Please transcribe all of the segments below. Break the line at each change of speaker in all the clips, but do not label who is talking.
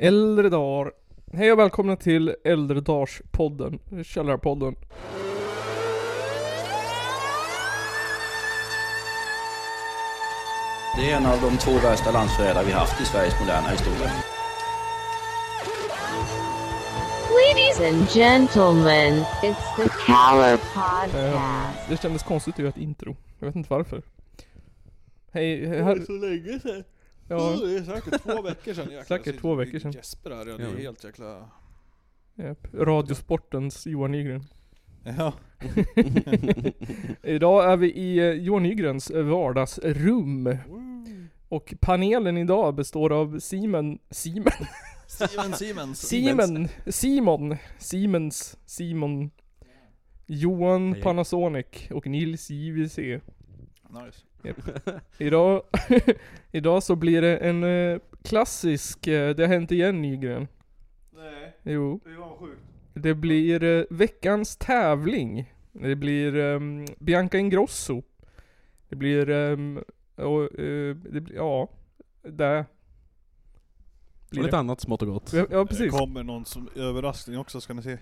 Äldre dagar. Hej och välkomna till Äldre Dars-podden, Källarpodden.
Det är en av de två värsta landsförrädare vi haft i Sveriges moderna historia.
Ladies and gentlemen, it's the Caller Podcast.
Ehm, det kändes konstigt att göra ett intro. Jag vet inte varför. Hej, här,
så länge sedan.
ja,
det är säkert två veckor sedan. Jäklar,
Säkert två veckor sedan.
Jesper här, ja, det är
Ja.
helt jäkla...
japp, Radiosportens Johan Nygren.
Ja.
Idag är vi i eh, Johan Nygrens vardagsrum. Och panelen idag består av Simon, Simon,
Simon Siemens.
Simon, Simon, Siemens, Simon, Johan
Hej.
Panasonic och Nils JVC.
Nice.
Idag, idag så blir det en eh, klassisk, eh, det har hänt igen Nygren.
Nej,
Jo.
det var sjukt.
Det blir eh, veckans tävling. Det blir ehm, Bianca Ingrosso. Det blir, ehm, och, eh, det blir, ja. Där.
Och lite annat smått och gott.
Ja, ja precis.
Det kommer någon som överraskning också ska ni se.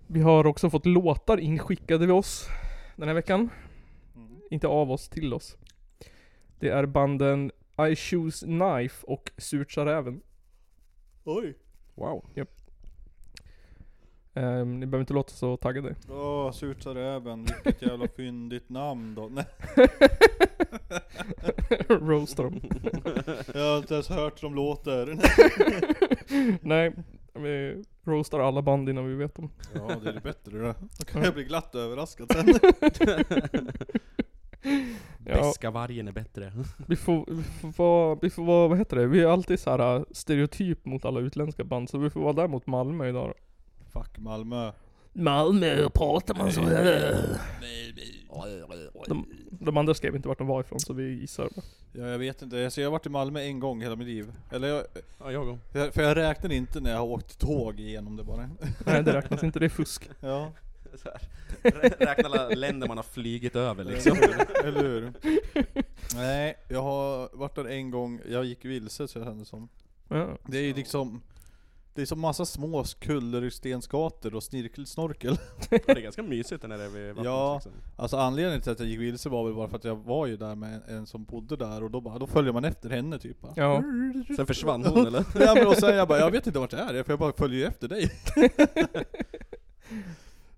Vi har också fått låtar inskickade vid oss den här veckan.
Mm.
Inte av oss, till oss. Det är banden I Choose Knife och Surt sa räven.
Oj!
Wow.
Ehm, ni behöver inte låta så taggade.
Åh, surt sa räven. Vilket jävla fyndigt namn då. Nej,
Roasta dem.
jag har inte ens hört hur de låter.
Nej, vi roastar alla band innan vi vet dem.
ja, det är det bättre det. Då kan jag bli glatt överraskad sen.
Ja,
Beska vargen är bättre.
vi får, vi får vara, vi får vara, vad heter det? Vi är alltid så här äh, stereotyp mot alla utländska band, så vi får vara där mot Malmö idag då.
Fuck Malmö.
Malmö pratar man så här. De, Eh, de andra skrev inte vart de var ifrån, så vi gissar bara.
Ja, jag vet inte. Alltså, jag har varit i Malmö en gång hela mitt liv. Eller jag,
Ja, jag
jag- för jag räknar inte när jag har åkt tåg igenom det bara.
Nej det räknas inte, det är fusk.
Ja.
Räkna alla länder man har flygit över liksom.
Eller hur? Nej, jag har varit där en gång, jag gick vilse så jag kände som.
Ja.
Det är ju liksom det är som massa små kullar i stensgator och snirkelsnorkel.
Det är ganska mysigt när det är vid vattnet
Ja.
liksom.
Alltså anledningen till att jag gick vilse var väl bara för att jag var ju där med en, en som bodde där och då bara, då följer man efter henne typ. Ja.
Ja.
Sen försvann hon eller?
ja men och sen jag bara, jag vet inte vart jag är för jag bara följer ju efter dig.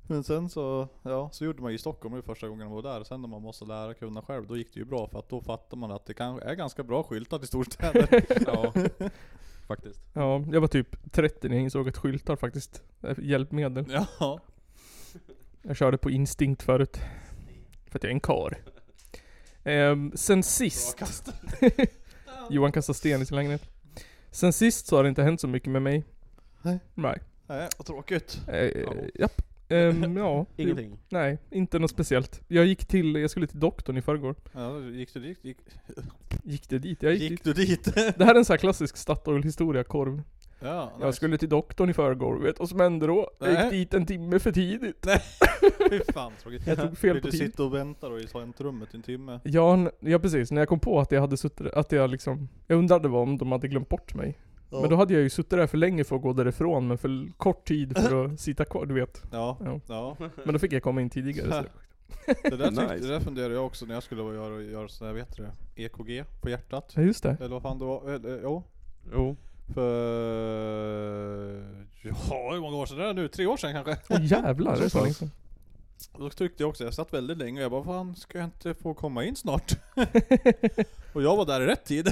men sen så, ja, så gjorde man ju i Stockholm det var första gången man var där, och sen när man måste lära kunna själv, då gick det ju bra för att då fattar man att det kan, är ganska bra skyltat i storstäder.
Ja. Faktiskt.
ja, jag var typ 30 när jag insåg att skyltar faktiskt är hjälpmedel.
Ja.
Jag körde på instinkt förut. För att jag är en kar. Ehm, sen sist... Johan kastar sten i sin lägenhet. Sen sist så har det inte hänt så mycket med mig.
Nej.
Nej.
Nej, vad tråkigt.
Eh,
Ja.
japp. Ehm, ja.
Ingenting.
Nej, inte något speciellt. Jag gick till, jag skulle till doktorn i förrgår.
Ja, gick du dit? Gick,
Gick det dit? Jag gick,
gick
dit.
du dit?
Det här är en sån här klassisk Statoil-historia, korv.
ja,
Jag
nice.
skulle till doktorn i förrgår, vet du vad som hände då? Jag
Nej.
gick dit en timme för tidigt.
Fy fan tråkigt.
Jag tog fel
Vill
på
du
tid.
sitta och vänta då i väntrummet i en timme?
Ja, n- ja precis, när jag kom på att jag hade suttit, att jag liksom, jag undrade vad om de hade glömt bort mig. Men då hade jag ju suttit där för länge för att gå därifrån, men för l- kort tid för att sitta kvar, du vet.
Ja,
Ja.
ja.
Men då fick jag komma in tidigare. Så.
Det, där tyckte,
Nice.
det där funderade jag också när jag skulle göra, göra sådär, vet du det? EKG på hjärtat.
Ja just det.
Eller vad fan det var? eh, Eller, jo.
Jo.
För... Ja, hur många år sedan är det nu? Tre år sedan kanske?
Åh jävlar, det är så
pass.
länge sedan.
Då tryckte jag också, jag satt väldigt länge och jag bara Fan, ska jag inte få komma in snart? och jag var där i rätt tid.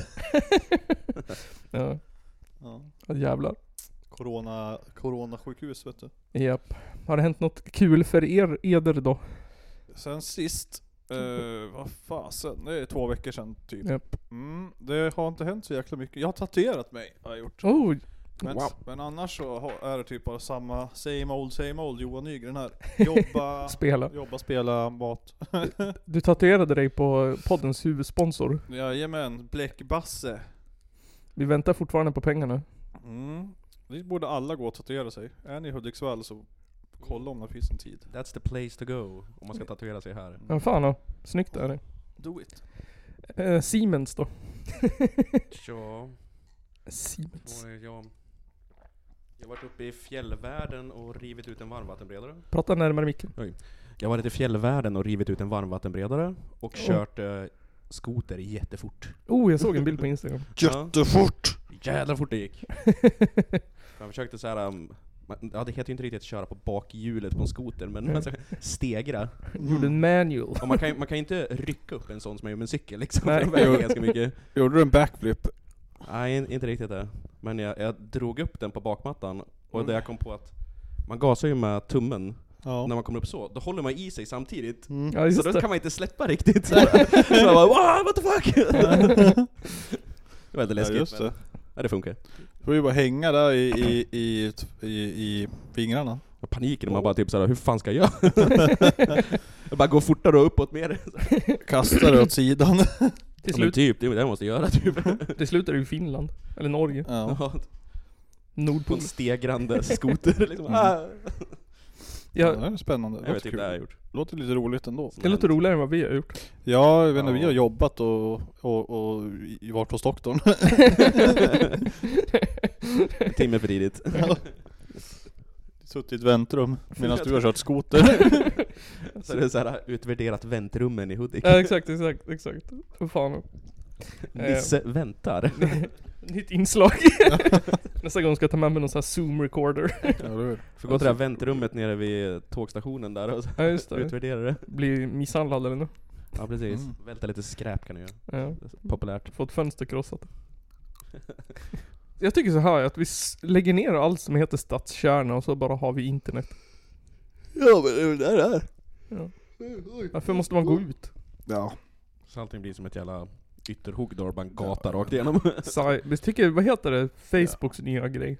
Ja,
Ja.
ja, jävlar.
Corona, coronasjukhus vet du.
Japp. Har det hänt något kul för er, eder då?
Sen sist, eh, vad fasen, det är två veckor sedan typ.
Japp.
Mm, det har inte hänt så jäkla mycket. Jag har tatuerat mig, har jag gjort.
Oh,
Men,
Wow.
men annars så har- är det typ bara samma, same old, same old, Johan Nygren här. Jobba,
spela.
jobba, spela, mat.
Du tatuerade dig på poddens huvudsponsor.
Jajamän, bläckbasse.
Vi väntar fortfarande på pengarna.
Mm. Det borde alla gå och tatuera sig. Är ni i Hudiksvall så kolla om det finns en tid.
That's the place to go om man ska tatuera sig här.
Ja fan ja. Snyggt är det.
Do it.
Eh, Siemens då?
Ja,
Siemens.
och ja. Jag har varit uppe i fjällvärlden och rivit ut en varmvattenberedare.
Prata närmare micken.
Jag har varit i fjällvärlden och rivit ut en varmvattenberedare och kört eh, skoter jättefort.
Oh, jag såg en bild på Instagram.
Jättefort! Jävla fort det gick. Jag försökte så här. um, man- Ja, det heter ju inte riktigt köra på bakhjulet på en skoter, men man ska stegra.
Gjorde en manual.
Och Mm. man kan ju man kan ju inte rycka upp en sån som man gör med en cykel liksom,
Nej.
Nej. den väger ganska mycket.
Gjorde du en backflip?
Nej, in- inte riktigt det. Men jag, jag drog upp den på bakmattan,
Mm.
och där jag kom på att man gasar ju med tummen,
Ja. Mm.
när man kommer upp så, då håller man i sig samtidigt.
Ja,
Så
just
då
det.
kan man inte släppa riktigt. Så jag bara wow, what the fuck! det var lite
Ja,
läskigt
just
men
det.
ja, det funkar.
Du får ju bara hänga där i, i, i, i, i fingrarna.
Och paniken när man bara typ såhär, hur fan ska jag göra? jag bara går fortare och uppåt med det.
Kasta det åt sidan.
Till
Ja, men
slut,
typ, det är det jag måste göra typ.
till slut är det ju Finland. Eller Norge.
Ja.
Ja, på
Nordpol.
en stegrande
Mm.
skoter liksom. Ah,
Ja,
Ja,
det är spännande.
jag vet
Låter
inte vad jag har
kul.
gjort.
Låter lite roligt ändå.
det låter roligare än vad vi har gjort.
Ja, jag vet inte,
Ja.
vi har jobbat och, och, och i- varit hos doktorn.
En timme för tidigt.
Suttit i ett väntrum medan du har kört skoter.
Så det är såhär, utvärderat väntrummen i Hudik.
Ja, exakt, exakt, exakt. Vad fan.
Nisse väntar.
Nytt inslag. Nästa gång ska jag ta med mig någon sån här zoom recorder.
ja, det är det.
Får gå till det här väntrummet nere vid tågstationen där och så
Ja, just det.
utvärdera det.
Blir misshandlad eller nåt.
Ja precis.
Mm.
Välta lite skräp kan du göra.
Ja.
Populärt.
Få ett fönster krossat. Jag tycker så här att vi s- lägger ner allt som heter stadskärna och så bara har vi internet.
Ja men det är väl det där.
Varför måste man gå ut?
Ja.
Så allting blir som ett jävla ytterhugg då, bara en gata rakt igenom.
Sci- jag tycker, vad heter det? Facebooks nya grej.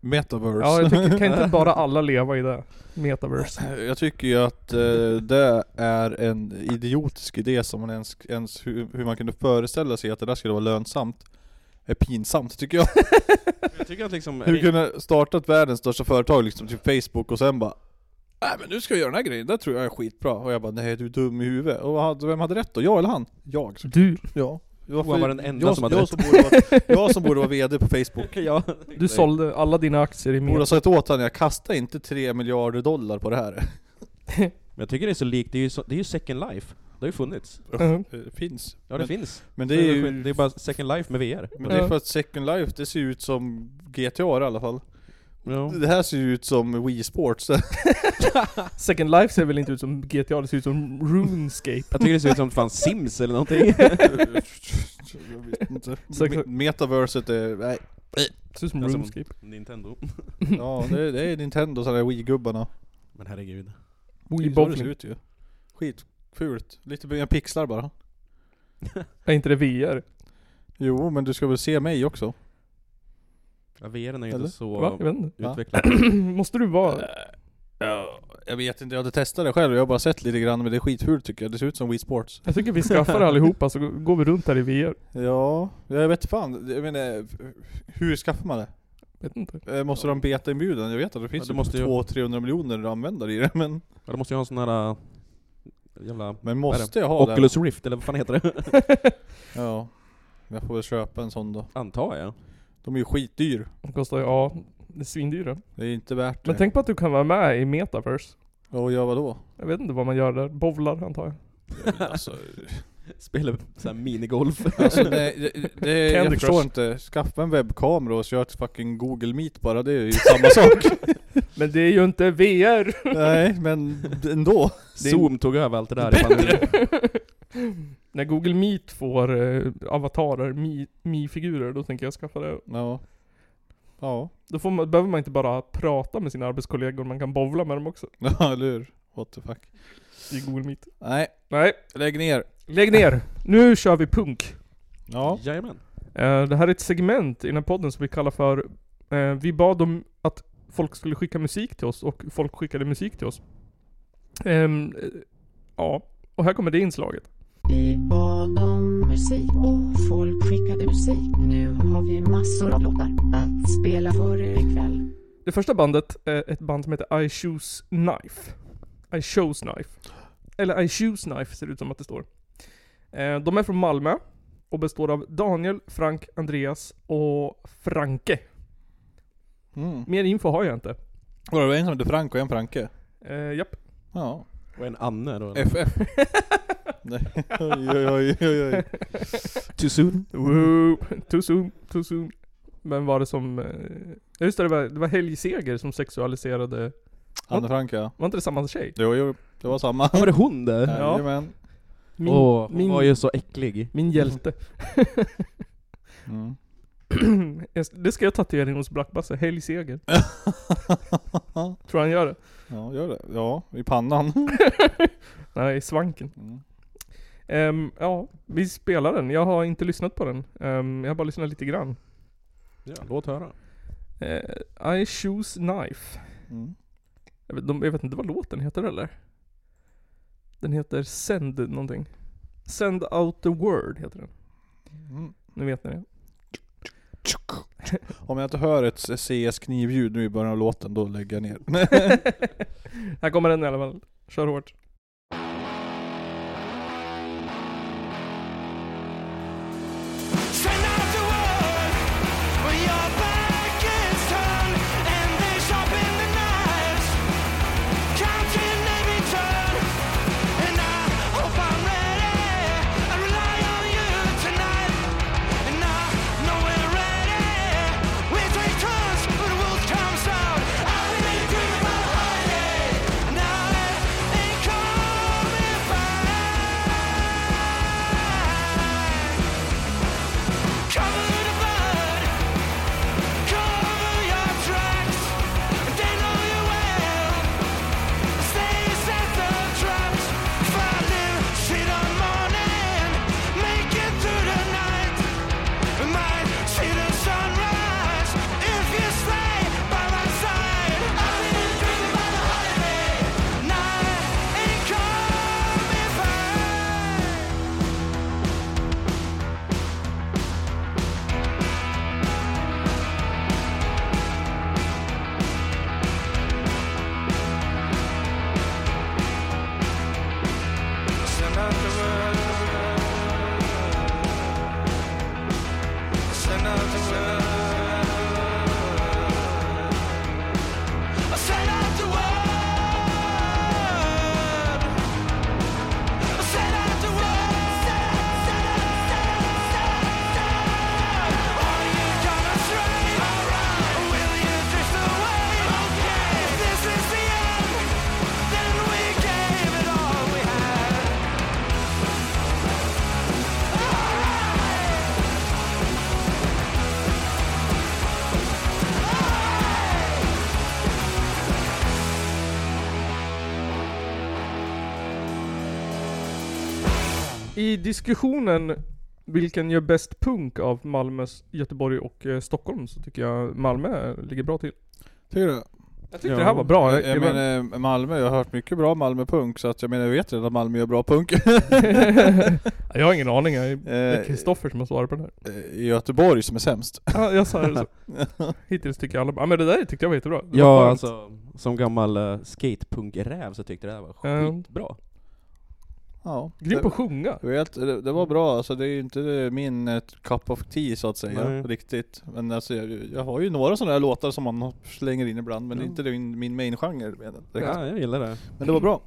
Metaverse.
Ja, jag tycker, kan inte bara alla leva i det? Metaverse.
Jag tycker ju att eh, det är en idiotisk idé som man ens, ens hur, hur man kunde föreställa sig att det där skulle vara lönsamt är pinsamt tycker jag.
Jag tycker att liksom...
Hur kunde startat världens största företag liksom till Facebook och sen bara Nej men nu ska jag göra den här grejen, det tror jag är skitbra. Och jag bara nej du är dum i huvudet. Och vad hade- vem hade rätt då? Jag eller han? Jag. så-
Du,
Ja.
Johan var den enda
jag,
som hade
jag
rätt.
som, borde vara, jag som borde vara VD på Facebook.
ja.
du sålde alla dina aktier i
Borde ha
Meta.
sagt åt honom, jag kastar inte 3 miljarder dollar på det här.
Men jag tycker det är så likt, det är ju, så, det är ju second life. Det har ju funnits.
Mhm.
Det Eh, finns.
Ja det
men,
finns.
men det är ju
det är bara second life med VR.
Men det är
Ja.
för att Second Life, det ser ju ut som GTA i alla fall.
Ja.
Det här ser ju ut som Wii Sports.
Second Life ser väl inte ut som GTA, det ser ut som RuneScape.
Jag tycker det ser ut som fan Sims eller någonting.
Jag vet inte.
Så-
Me- Metaverset är, nej.
Det ser ut som
Ja, som-
RuneScape.
Nintendo.
Ja, det är, det är Nintendo och sådana Wii-gubbarna.
Men herregud.
Det
Wii
är så det ser
Bowling.
ut ju. Skitfult. Lite mer pixlar bara.
Är inte det VR?
Jo, men du ska väl se mig också?
Ja, VR är ju
Eller?
inte så
Va? Jag vet inte.
Va?
utvecklad.
Måste du vara...
Eh, Ja, jag vet inte, jag hade testat det själv. Jag har bara sett lite grann, men det är skitfult tycker jag. Det ser ut som Wii Sports.
Jag tycker vi skaffar det allihopa så går vi runt här i VR.
Ja, jag vet fan. Jag menar, hur skaffar man det?
Vet inte.
Eh, Måste du ha en beta-inbjudan? Jag vet att det finns
det
ja,
måste ju-
200-300 miljoner användare i det, men...
Ja, då måste jag ha en sån här... äh, Jävla...
Men
Vad är
måste jag ha
Oculus Rift eller vad fan heter det?
det? Ja. Jag får väl köpa en sån då.
Antar jag.
De är ju skitdyr.
De kostar ju, ja, det är svindyra.
Det är inte värt det.
Men tänk på att du kan vara med i Metaverse.
Ja, och gör vadå?
Jag vet inte vad man gör där. Bowlar antar jag.
Alltså,
Spelar såhär minigolf.
alltså nej, det, det, jag
Candy
förstår
Crush.
inte. Skaffa en webbkamera och kör ett fucking Google Meet bara, det är ju samma sak.
Men det är ju inte VR!
nej, men ändå.
Zoom tog över allt det där i pandemin.
När Google Meet får eh, avatarer, Mi- Mi-figurer, då tänker jag skaffa det.
Ja. Ja.
Då får man, behöver man inte bara prata med sina arbetskollegor, man kan bowla med dem också.
Ja, eller hur? What the fuck.
I Google Meet.
Nej,
Nej,
lägg ner.
lägg ner! Nu kör vi punk!
Ja.
Jajamän.
Eh, Det här är ett segment i den här podden som vi kallar för eh, Vi bad om att folk skulle skicka musik till oss och folk skickade musik till oss. Ehm, eh, ja, och här kommer det inslaget.
Vi bad om musik och folk skickade musik. Nu har vi massor av låtar att spela för er ikväll.
Det första bandet är ett band som heter I Choose Knife. I Chose Knife. Eller I Choose Knife ser det ut som att det står. Eh, De är från Malmö och består av Daniel, Frank, Andreas och Franke.
Mm.
Mer info har jag inte.
Och det var en som hette Frank och en Franke.
Eh, japp.
Ja.
Och en Anne då.
FF. Nej. Oj, oj, oj, oj, oj.
Too soon.
Woo, too soon, too soon. Men var det som... eh, Ja just det, det var, det var Helge Seger som sexualiserade...
Anne Franke ja.
Var inte det samma tjej?
Jo, jo. Det var samma.
Ja, var det hon där?
Ja.
Jajamän.
Min,
Åh, hon
min,
var ju så äcklig.
min hjälte.
Mm.
Jag- det ska jag tatuera in hos Blackbasse. Helge Seger. Tror han gör det?
Ja, gör det. Ja, i pannan.
Nej, i svanken.
Mm.
Ehm, ja, vi spelar den. Jag har inte lyssnat på den. Ehm, jag har bara lyssnat lite grann.
Ja, låt höra.
Eh, I choose knife.
Mm.
Jag vet, de, jag vet inte vad låten heter eller? Den heter Send någonting. Send out the word heter den.
Mm.
Nu vet ni det.
Om jag inte hör ett CS-knivljud nu i början av låten, då lägger jag ner.
Här kommer den i alla fall. Kör hårt.
Send out the word when your back is turned and they sharpen the knives. Counting every turn, and I hope I'm ready. I rely on you tonight, and I know we're ready. We take turns, but the world comes out. I've been in agreement my whole day. Now it ain't coming back. Cover the blood, cover your tracks. They know you well. Stay set the traps. Friday, see the morning, make it through the night. We might see the sunrise if you stay by my side. I've been dreaming by the holiday, night ain't coming back. Send out the word. Send out the word. Send out the word. Send out the word. Are you gonna stray? Will you drift away? Okay, this is the end. Then we gave it all we had.
I diskussionen vilken gör bäst punk av Malmö, Göteborg och eh, Stockholm så tycker jag Malmö ligger bra till.
Tycker du?
Jag tyckte det här var bra.
Jag, jag menar, eh, Malmö, jag har hört mycket bra Malmö-punk, så att jag menar, jag vet redan att Malmö gör bra punk.
jag har ingen aning. Jag är- det är
Eh,
Kristoffer som har svarat på den här.
eh, Göteborg som är sämst.
Ja, jag sa det så. Hittills tycker jag alla Ja men det där tyckte jag var jättebra. Det var
Ja,
skönt.
alltså som gammal uh, skatepunk-räv så tyckte jag det här var
Ja.
skitbra.
Ja.
Grym på
Det,
att sjunga.
du vet, det, det var bra, alltså det är ju inte min eh, cup of tea så att säga,
Nej.
riktigt. Men alltså jag, jag har ju några sådana här låtar som man slänger in ibland, men det är
Ja.
inte min, min main-genre. med det.
Ja, jag gillar det.
Men det var bra.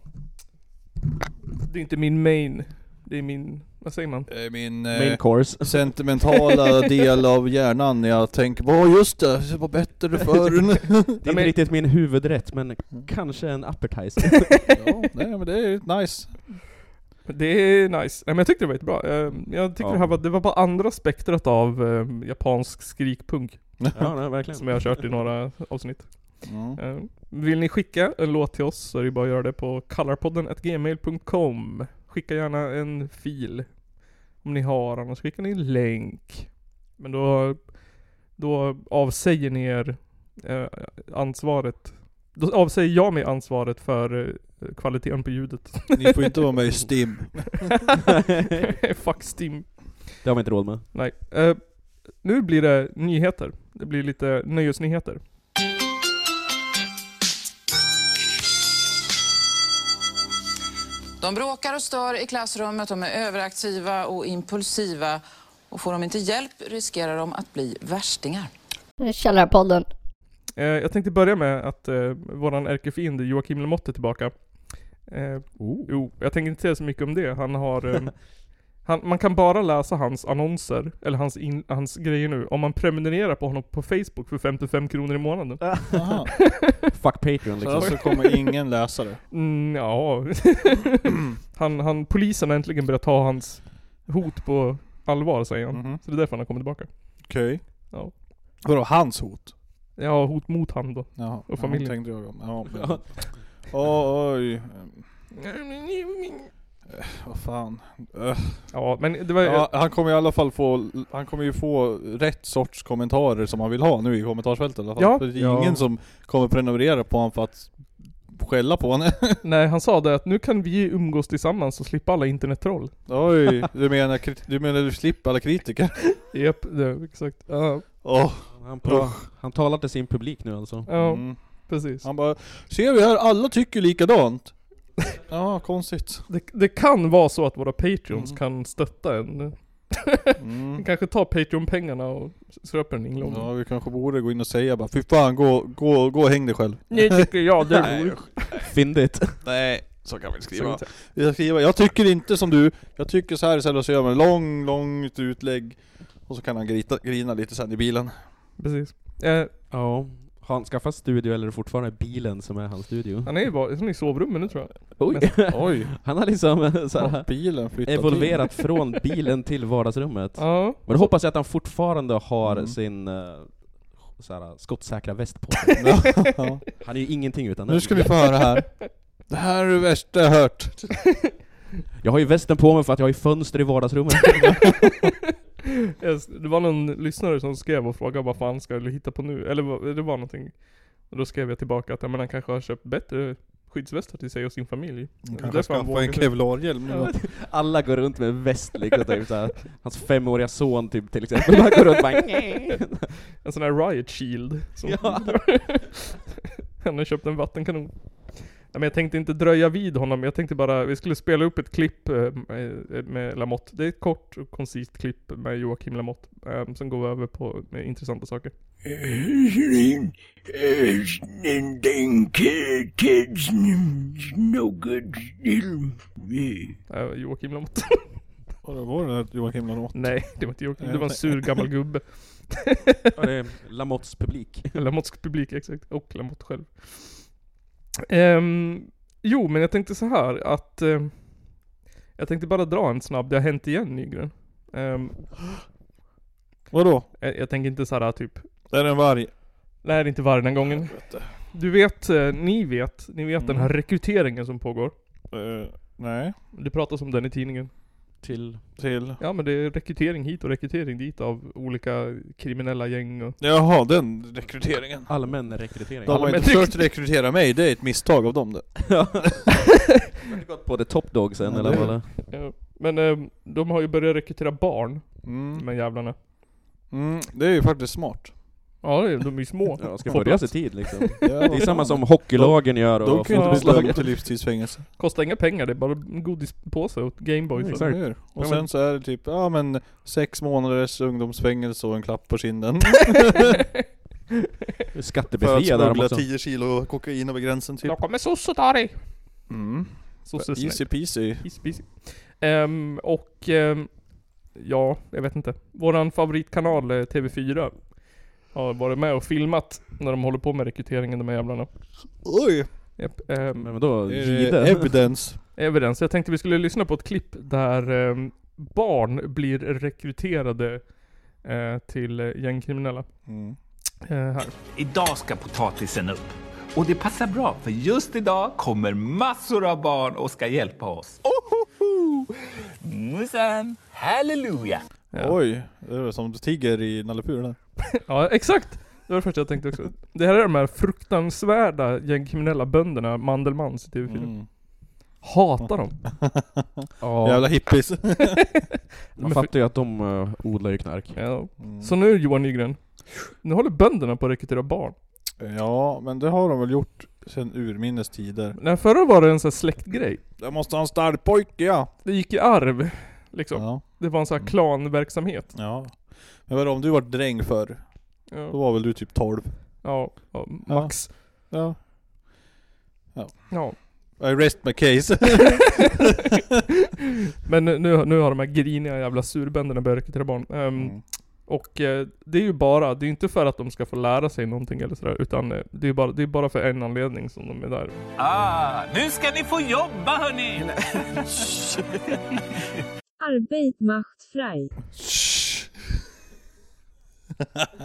Det är inte min main. Det är min, vad säger man?
Eh, Min... eh,
Main course.
sentimentala del av hjärnan när jag tänker på "Åh, just det, det var bättre förr.
Det är
men-
inte riktigt min huvudrätt, men kanske en appetizer.
ja, nej men det är ju nice.
Det är nice. Nej men jag tyckte det var jättebra. Eh, Jag tyckte
Ja.
det här var, det var bara andra spektrat av eh, japansk skrikpunk
ja, nej, verkligen.
som jag har kört i några avsnitt.
Mm.
Eh, Vill ni skicka en låt till oss så är det bara att göra det på colorpodden.gmail.com Skicka gärna en fil om ni har, annars skickar ni en länk. Men då, då avsäger ni er eh, ansvaret. Då avsäger jag mig ansvaret för eh, kvaliteten på ljudet.
Ni får inte vara med i STIM.
Fuck Steam.
Det har man inte råd med.
Nej. Eh, nu blir det nyheter. Det blir lite nöjesnyheter.
De bråkar och stör i klassrummet, de är överaktiva och impulsiva. Och får de inte hjälp riskerar de att bli värstingar.
Källarpodden.
Eh, jag tänkte börja med att eh, våran ärkefiende Joakim Lamotte är tillbaka. Eh,
Oh.
jo, jag tänker inte säga så mycket om det. Han har... Eh, han, man kan bara läsa hans annonser, eller hans, in, hans grejer nu, om man prenumererar på honom på Facebook för 55 kronor i månaden.
Aha.
Fuck Patreon
Så
liksom.
alltså kommer ingen läsa det.
Mm, ja. han, han, polisen har äntligen börjat ta hans hot på allvar, säger han.
Mhm.
Så det är därför han har kommit tillbaka.
Okej.
Ja.
Vadå, hans hot?
Ja, hot mot han då.
Jaha.
Och familjen.
Ja, tänkte jag om. Ja, men- Åh, Oj. Ehm, Vad fan. Öh.
Ja, men det var
Ja, han kommer i alla fall få, han kommer ju få rätt sorts kommentarer som han vill ha nu i kommentarsfältet i alla fall.
Ja.
För det är
Ja.
ingen som kommer prenumerera på honom för att skälla på honom.
Nej, han sa det att nu kan vi umgås tillsammans och slippa alla internettroll.
Oj, du menar, krit- du menar du slipper alla kritiker?
Japp, det, exakt. Ja,
Åh.
Han, pra- han talar till sin publik nu alltså.
ja
Mm.
precis.
Han bara, ser vi här, alla tycker likadant. ja, konstigt.
Det, det kan vara så att våra patreons kan stötta en.
Mm.
Kanske ta patreon-pengarna och ströpa en inloggning.
Ja, vi kanske borde gå in och säga bara, fy fan gå, gå, gå och häng dig själv.
Nu tycker jag det är roligt.
Fyndigt.
Nej, så kan vi inte
Så inte-
Vi ska skriva, jag tycker inte som du, jag tycker så här istället och så gör man en lång, långt utlägg. Och så kan han grita, grina lite sen i bilen.
Precis. Eh,
Ja. Har han skaffat studio eller är det fortfarande bilen som är hans studio?
han är ju bara, han är i sovrummet nu tror jag.
Oj.
Oj,
Han har liksom så
har
här,
bilen flyttat
evolverat från bilen till vardagsrummet.
Ja.
Men då hoppas jag att han fortfarande har
Mm.
sin eh, så här, skottsäkra väst på sig.
in. Ja.
Han är ju ingenting utan
Nu
den.
ska vi få höra här. Det här är det värsta jag hört.
Jag har ju västen på mig för att jag har ju fönster i vardagsrummet.
Yes, Det var någon lyssnare som skrev och frågade vad fan ska du hitta på nu? Eller vad- det var någonting. Och då skrev jag tillbaka att ja, men han kanske har köpt bättre skyddsvästar till sig och sin familj. Det är
Kanske
därför han
skaffa en
vågar.
kevlarhjälm. nu.
Alla går runt med väst liksom, typ, så här. Hans femåriga son typ, till exempel, han går runt bara "Nä."
En sån här riot shield. Som
Ja.
Han har köpt en vattenkanon. Nej, men jag tänkte inte dröja vid honom, jag tänkte bara, vi skulle spela upp ett klipp eh, med- med Lamotte. Det är ett kort och koncist klipp med Joakim Lamotte, eh, som går över på med intressanta saker. Eh,
Dang kids, no good.
Eh, Joakim Lamotte.
Vad var det där Joakim Lamotte?
Nej, det var inte Joakim, det var en
Nej.
sur gammal gubbe.
Ja, det är Lamottes publik.
Lamottes publik, exakt. Och Lamotte själv. Ehm, jo, men jag tänkte så här att... ehm, jag tänkte bara dra en snabb, det har hänt igen Nygren. Ehm,
Vadå?
jag, jag tänker inte så här typ...
Är det en varg?
Nej, det är inte varje den gången. Du vet, eh, ni vet, ni vet
Mm.
den här rekryteringen som pågår.
Eh, nej.
Det pratas om den i tidningen.
Till...
Till?
Ja men det är rekrytering hit och rekrytering dit av olika kriminella gäng och...
Jaha, den rekryteringen.
Allmän rekrytering.
De har inte försökt rekrytera mig, det är ett misstag av dem det.
har gått på The Top Dog sen
Ja,
eller
det-
vad det
Ja. Men ehm, de har ju börjat rekrytera barn,
Mm.
de här jävlarna.
Mm, det är ju faktiskt smart.
Ja, det är- de är ju små.
ja, ska börja sig tid liksom.
Ja,
Det är samma som hockeylagen gör
De
och
kan ju inte bli dömda
fotbollslagen.
till livstidsfängelse.
Kostar inga pengar, det är bara en godispåse och ett Gameboy. för-
Exakt.
Eller hur?
Ja,
Och
men-
sen så är det typ, ja men sex månaders ungdomsfängelse och en klapp på kinden. För att
Skattebefriade är de
smuggla
också.
10 kilo kokain över gränsen typ.
Jag kommer sosse ta dig!
Mm.
Sosse
Easy peasy.
Isbis. Ehm, och ehm, ja, jag vet inte. Våran favoritkanal eh, TV4 har varit med och filmat när de håller på med rekryteringen, de här jävlarna.
Oj!
Japp, ehm,
Men vadå?
Är
Gide?
det evidence?
evidens. Jag tänkte vi skulle lyssna på ett klipp där ehm, barn blir rekryterade eh, till eh, gängkriminella.
Mm.
Eh, här.
Idag ska potatisen upp. Och det passar bra, för just idag kommer massor av barn och ska hjälpa oss. Ohoho! Musan, halleluja!
Ja.
Oj, det är väl som tiger i Nallepur där.
Ja, exakt! Det var det första jag tänkte också. Det här är de här fruktansvärda gängkriminella bönderna, Mandelmans i TV4.
Mm.
Hatar dem.
Ja,
Jävla hippies.
man fattar ju att de eh, odlar ju knark.
Ja.
Mm.
Så nu Johan Nygren, nu håller bönderna på att rekrytera barn.
Ja, men det har de väl gjort sen urminnes tider.
Nej, förra var det en sån här släktgrej.
Jag måste ha en stark pojke ja!
Det gick i arv. Liksom.
Ja. Mm.
Det var en sån här klanverksamhet.
ja. Men vadå, om du var dräng förr, då
Ja.
var väl du typ 12?
Ja, ja max.
Ja.
Ja.
I rest my case.
Men nu, nu har de här griniga jävla surbönderna börjat rekrytera barn. Ehm,
Mm.
Och eh, det är ju bara, det är ju inte för att de ska få lära sig någonting eller sådär, utan eh, det är ju bara, det är bara för en anledning som de är där.
Ah, nu ska ni få jobba hörni!
Arbeit macht frei.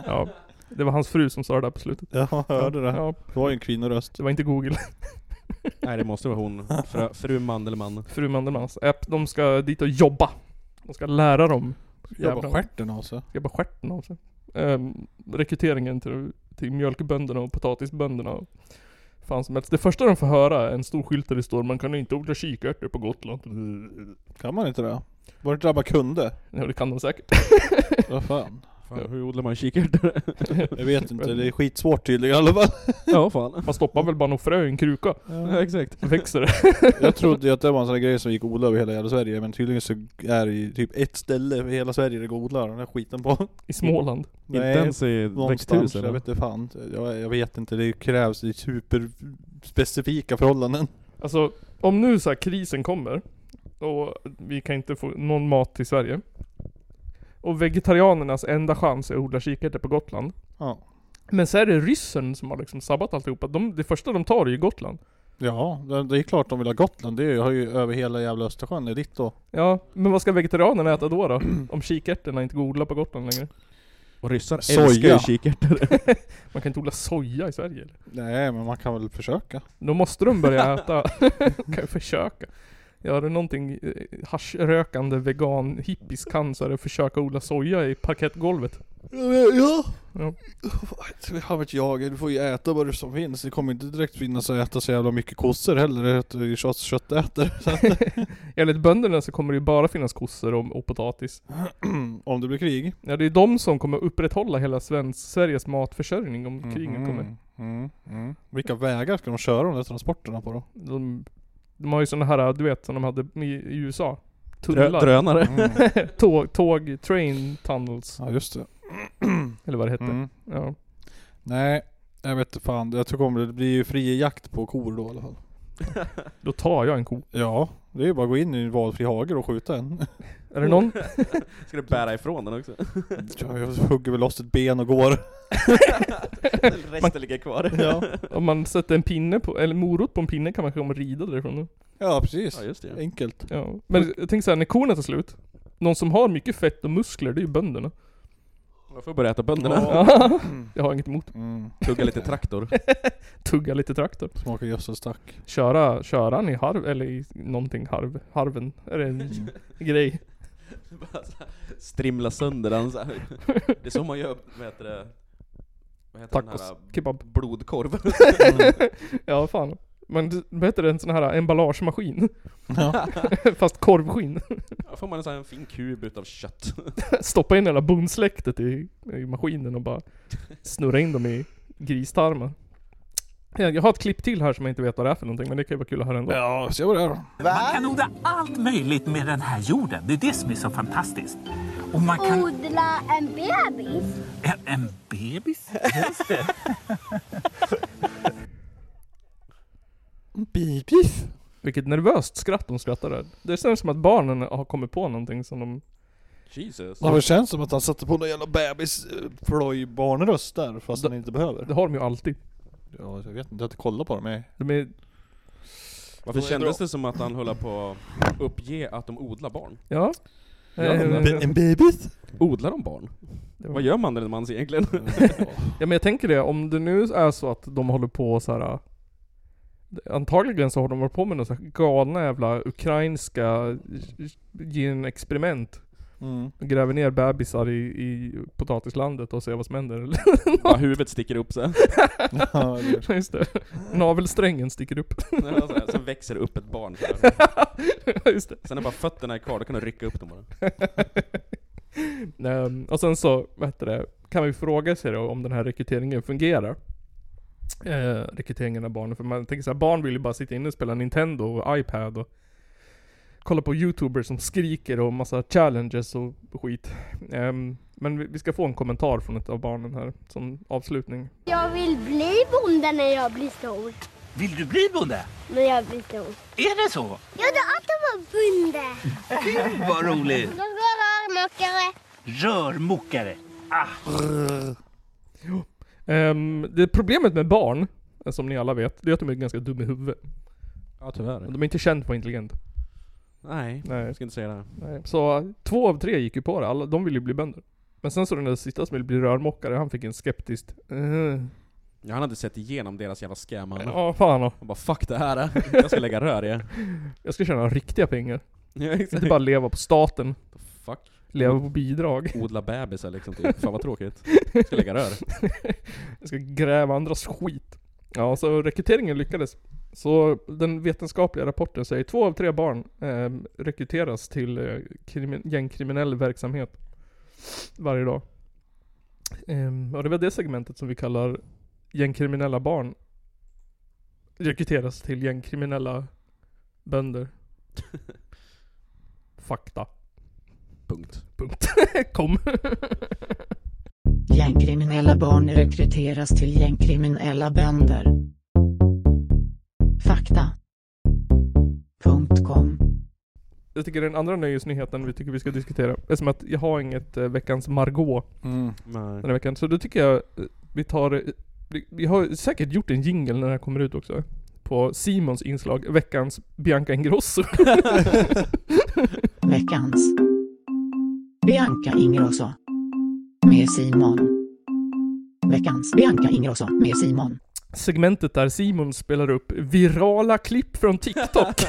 Ja. Det var hans fru som sa det där på slutet.
Ja, jag hörde det.
Ja.
Det var ju en kvinnoröst.
Det var inte Google.
Nej det måste vara hon. Fru, fru Mandelmann.
Fru Mandelmans app. De ska dit och jobba. De ska lära dem.
Jobba alltså.
Jävlar.
stjärten av sig.
Jobba stjärten av sig. Ehm, rekryteringen till, till mjölkbönderna och potatisbönderna och fan som helst. Det första de får höra är en stor skylt där det står 'Man kan inte odla kikärtor på Gotland'
Kan man inte det? Var det inte det man kunde?
Ja det kan de säkert.
Vad fan?
Fan, hur odlar man kikärtor?
Jag vet inte, det är skitsvårt tydligen i alla fall.
ja fan.
Man stoppar väl bara något frö i en kruka.
Ja, exakt.
Växer det.
Jag trodde ju att det var en sån här grej som gick att odla över hela jävla Sverige, men tydligen så är det ju typ ett ställe i hela Sverige det går att odla den här skiten på.
I Småland.
Inte ens i
någonstans.
växthusen.
Jag
eller?
vet inte fan. Jag, jag vet inte, det krävs i superspecifika förhållanden.
Alltså om nu så här krisen kommer och vi kan inte få någon mat till Sverige. Och vegetarianernas enda chans är att odla kikärtor på Gotland.
Ja.
Men så är det ryssen som har liksom sabbat alltihopa. De, det första de tar är ju Gotland.
Ja, det, det är klart de vill ha Gotland. Det är ju- har ju över hela jävla Östersjön, det är ditt då.
Ja, men vad ska vegetarianerna äta då då? Om kikärtorna inte går att odla på Gotland längre.
Och ryssar
Soja.
älskar ju kikärtor.
Man kan inte odla soja i Sverige eller?
Nej, men man kan väl försöka.
Då måste de börja äta. kan ju försöka. Gör du någonting eh, haschrökande vegan hippies kan så är det att försöka odla soja i parkettgolvet.
Ja!
Ja.
Vad vet jag, du får ju äta vad det som finns. Det kommer inte direkt finnas att äta så jävla mycket kossor heller. Det är ju kött, kött äter. Så att,
Enligt bönderna så kommer det ju bara finnas kossor och, och potatis.
om det blir krig.
Ja, det är de som kommer upprätthålla hela svensk, Sveriges matförsörjning om krigen kommer.
Mm, mm. Vilka vägar ska de köra de där transporterna på då?
De, de har ju sådana här, du vet, som de hade i, i USA.
Drö-
Tunnlar.
drönare.
Mm.
Tåg, tåg, train tunnels.
Ja just det.
Eller vad det hette.
Mm.
Ja.
Nej, jag vet inte fan. Jag tror kommer det blir ju fri jakt på kor då i alla fall.
Då tar jag en ko.
Ja, det är ju bara att gå in i en valfri hage och skjuta en.
Är det någon?
Ska du bära ifrån den också?
Ja, Jag hugger väl loss ett ben och går.
Resten ligger kvar.
Ja,
Om man sätter en pinne på, eller morot på en pinne kan man komma och rida därifrån nu.
ja precis.
Ja just det.
Enkelt.
Ja. Men jag tänker såhär, när korna tar slut. Någon som har mycket fett och muskler, det är ju bönderna.
Jag får börja äta bönderna.
Jag har inget emot.
Mm.
Tugga lite traktor.
Tugga lite traktor.
Smakar gödselstack.
köra, köra han i harv, eller i någonting harv, harven? Är det en
Mm.
grej?
Bara så här, Strimla sönder den så här. Det är så man gör, vad heter det? Vad heter den
Tacos,
här? äh,
kebab.
Blodkorv.
Ja, fan. Men det- vad heter det? En sån här emballagemaskin? Fast korvskinn.
Då får man en sån här fin kub utav kött.
Stoppa in hela bundsläktet i, i maskinen och bara snurra in dem i gristarmar. Ja, Jag har ett klipp till här som jag inte vet vad det är för någonting, men det kan ju vara kul att höra ändå.
Ja, se vad det är då.
Man kan odla allt möjligt med den här jorden. Det är det som är så fantastiskt. Och man kan...
Odla en bebis?
En, en bebis? Just det.
Bipif.
Vilket nervöst skratt de skrattar där. Det känns som att barnen har kommit på någonting som de...
Jesus.
Ja, det känns som att han satte på någon jävla bebis barnröst där fast han inte
Det
behöver.
har de ju alltid.
Ja, jag vet inte, jag har inte kollat på dem. Jag...
De är...
Varför
Då är
kändes
det
det som att han höll på att uppge att de odlar barn?
Ja.
Be-
Eh,
en bebis?
Odlar de barn? Mm.
Det var-
Vad gör man när man egentligen?
Ja men jag tänker det, om det nu är så att de håller på så här. äh, Antagligen så har de varit på med några så här galna jävla ukrainska äh, genexperiment.
Mm.
De Gräver ner bebisar i, i potatislandet och ser vad som händer. Eller,
Bara huvudet sticker upp så här.
Ja, eller-
Just det. Navelsträngen sticker upp.
Nej, bara så här. Sen växer det upp ett barn så här.
Just det.
Sen är bara fötterna kvar, då kan du rycka upp dem bara.
Ehm, och sen så, vad heter det, kan vi fråga sig då om den här rekryteringen fungerar. Eh, rekryteringen av barnen, för man tänker så här, barn vill ju bara sitta inne och spela Nintendo och iPad och kollar på youtubers som skriker och massa challenges och skit. Ehm, men vi- vi ska få en kommentar från ett av barnen här som avslutning.
Jag vill bli bonde när jag blir stor.
Vill du bli bonde?
När jag blir stor.
Är det så?
Jag vill alltid vara bonde.
Gud, vad roligt.
Jag ska vara rörmokare.
Rörmokare. Ah.
Ehm, det problemet med barn, eh, som ni alla vet, det är att de är ganska dumma i huvudet.
Ja, tyvärr.
De är inte kända för att vara intelligenta.
Nej,
Nej.
jag ska inte säga det. här.
Nej. Så eh, två av tre gick ju på det, alla, de ville ju bli bönder. Men sen så den där sista som ville bli rörmokare, han fick en skeptiskt "Eh,
Ja, han hade sett igenom deras jävla scam han.
Ja, fan och.
Han bara 'fuck det här, jag ska lägga rör i'.
Jag ska tjäna riktiga pengar.
Ja, exakt.
Inte bara leva på staten.
Fuck.
Leva på bidrag.
Odla bebisar liksom, typ. fan vad tråkigt. Jag ska lägga rör.
Jag ska gräva andras skit. Ja, så rekryteringen lyckades. Så den vetenskapliga rapporten säger två av tre barn eh, rekryteras till eh, krimi- gängkriminell verksamhet varje dag. Ehm, och det var det segmentet som vi kallar gängkriminella barn rekryteras till gängkriminella bönder. Fakta.
Punkt.
Punkt. Kom.
Gängkriminella barn rekryteras till gängkriminella bönder. Fakta. Punkt com.
Jag tycker den andra nöjesnyheten vi tycker vi ska diskutera, eftersom att jag har inget eh, veckans Margot
Mm.
Nej.
den här veckan. Så då tycker jag eh, vi tar... eh, vi- Vi har säkert gjort en jingle när den här kommer ut också. På Simons inslag, veckans Bianca Ingrosso.
Veckans. Bianca Ingrosso. Med Simon. Veckans Bianca Ingrosso med Simon.
Segmentet där Simon spelar upp virala klipp från TikTok.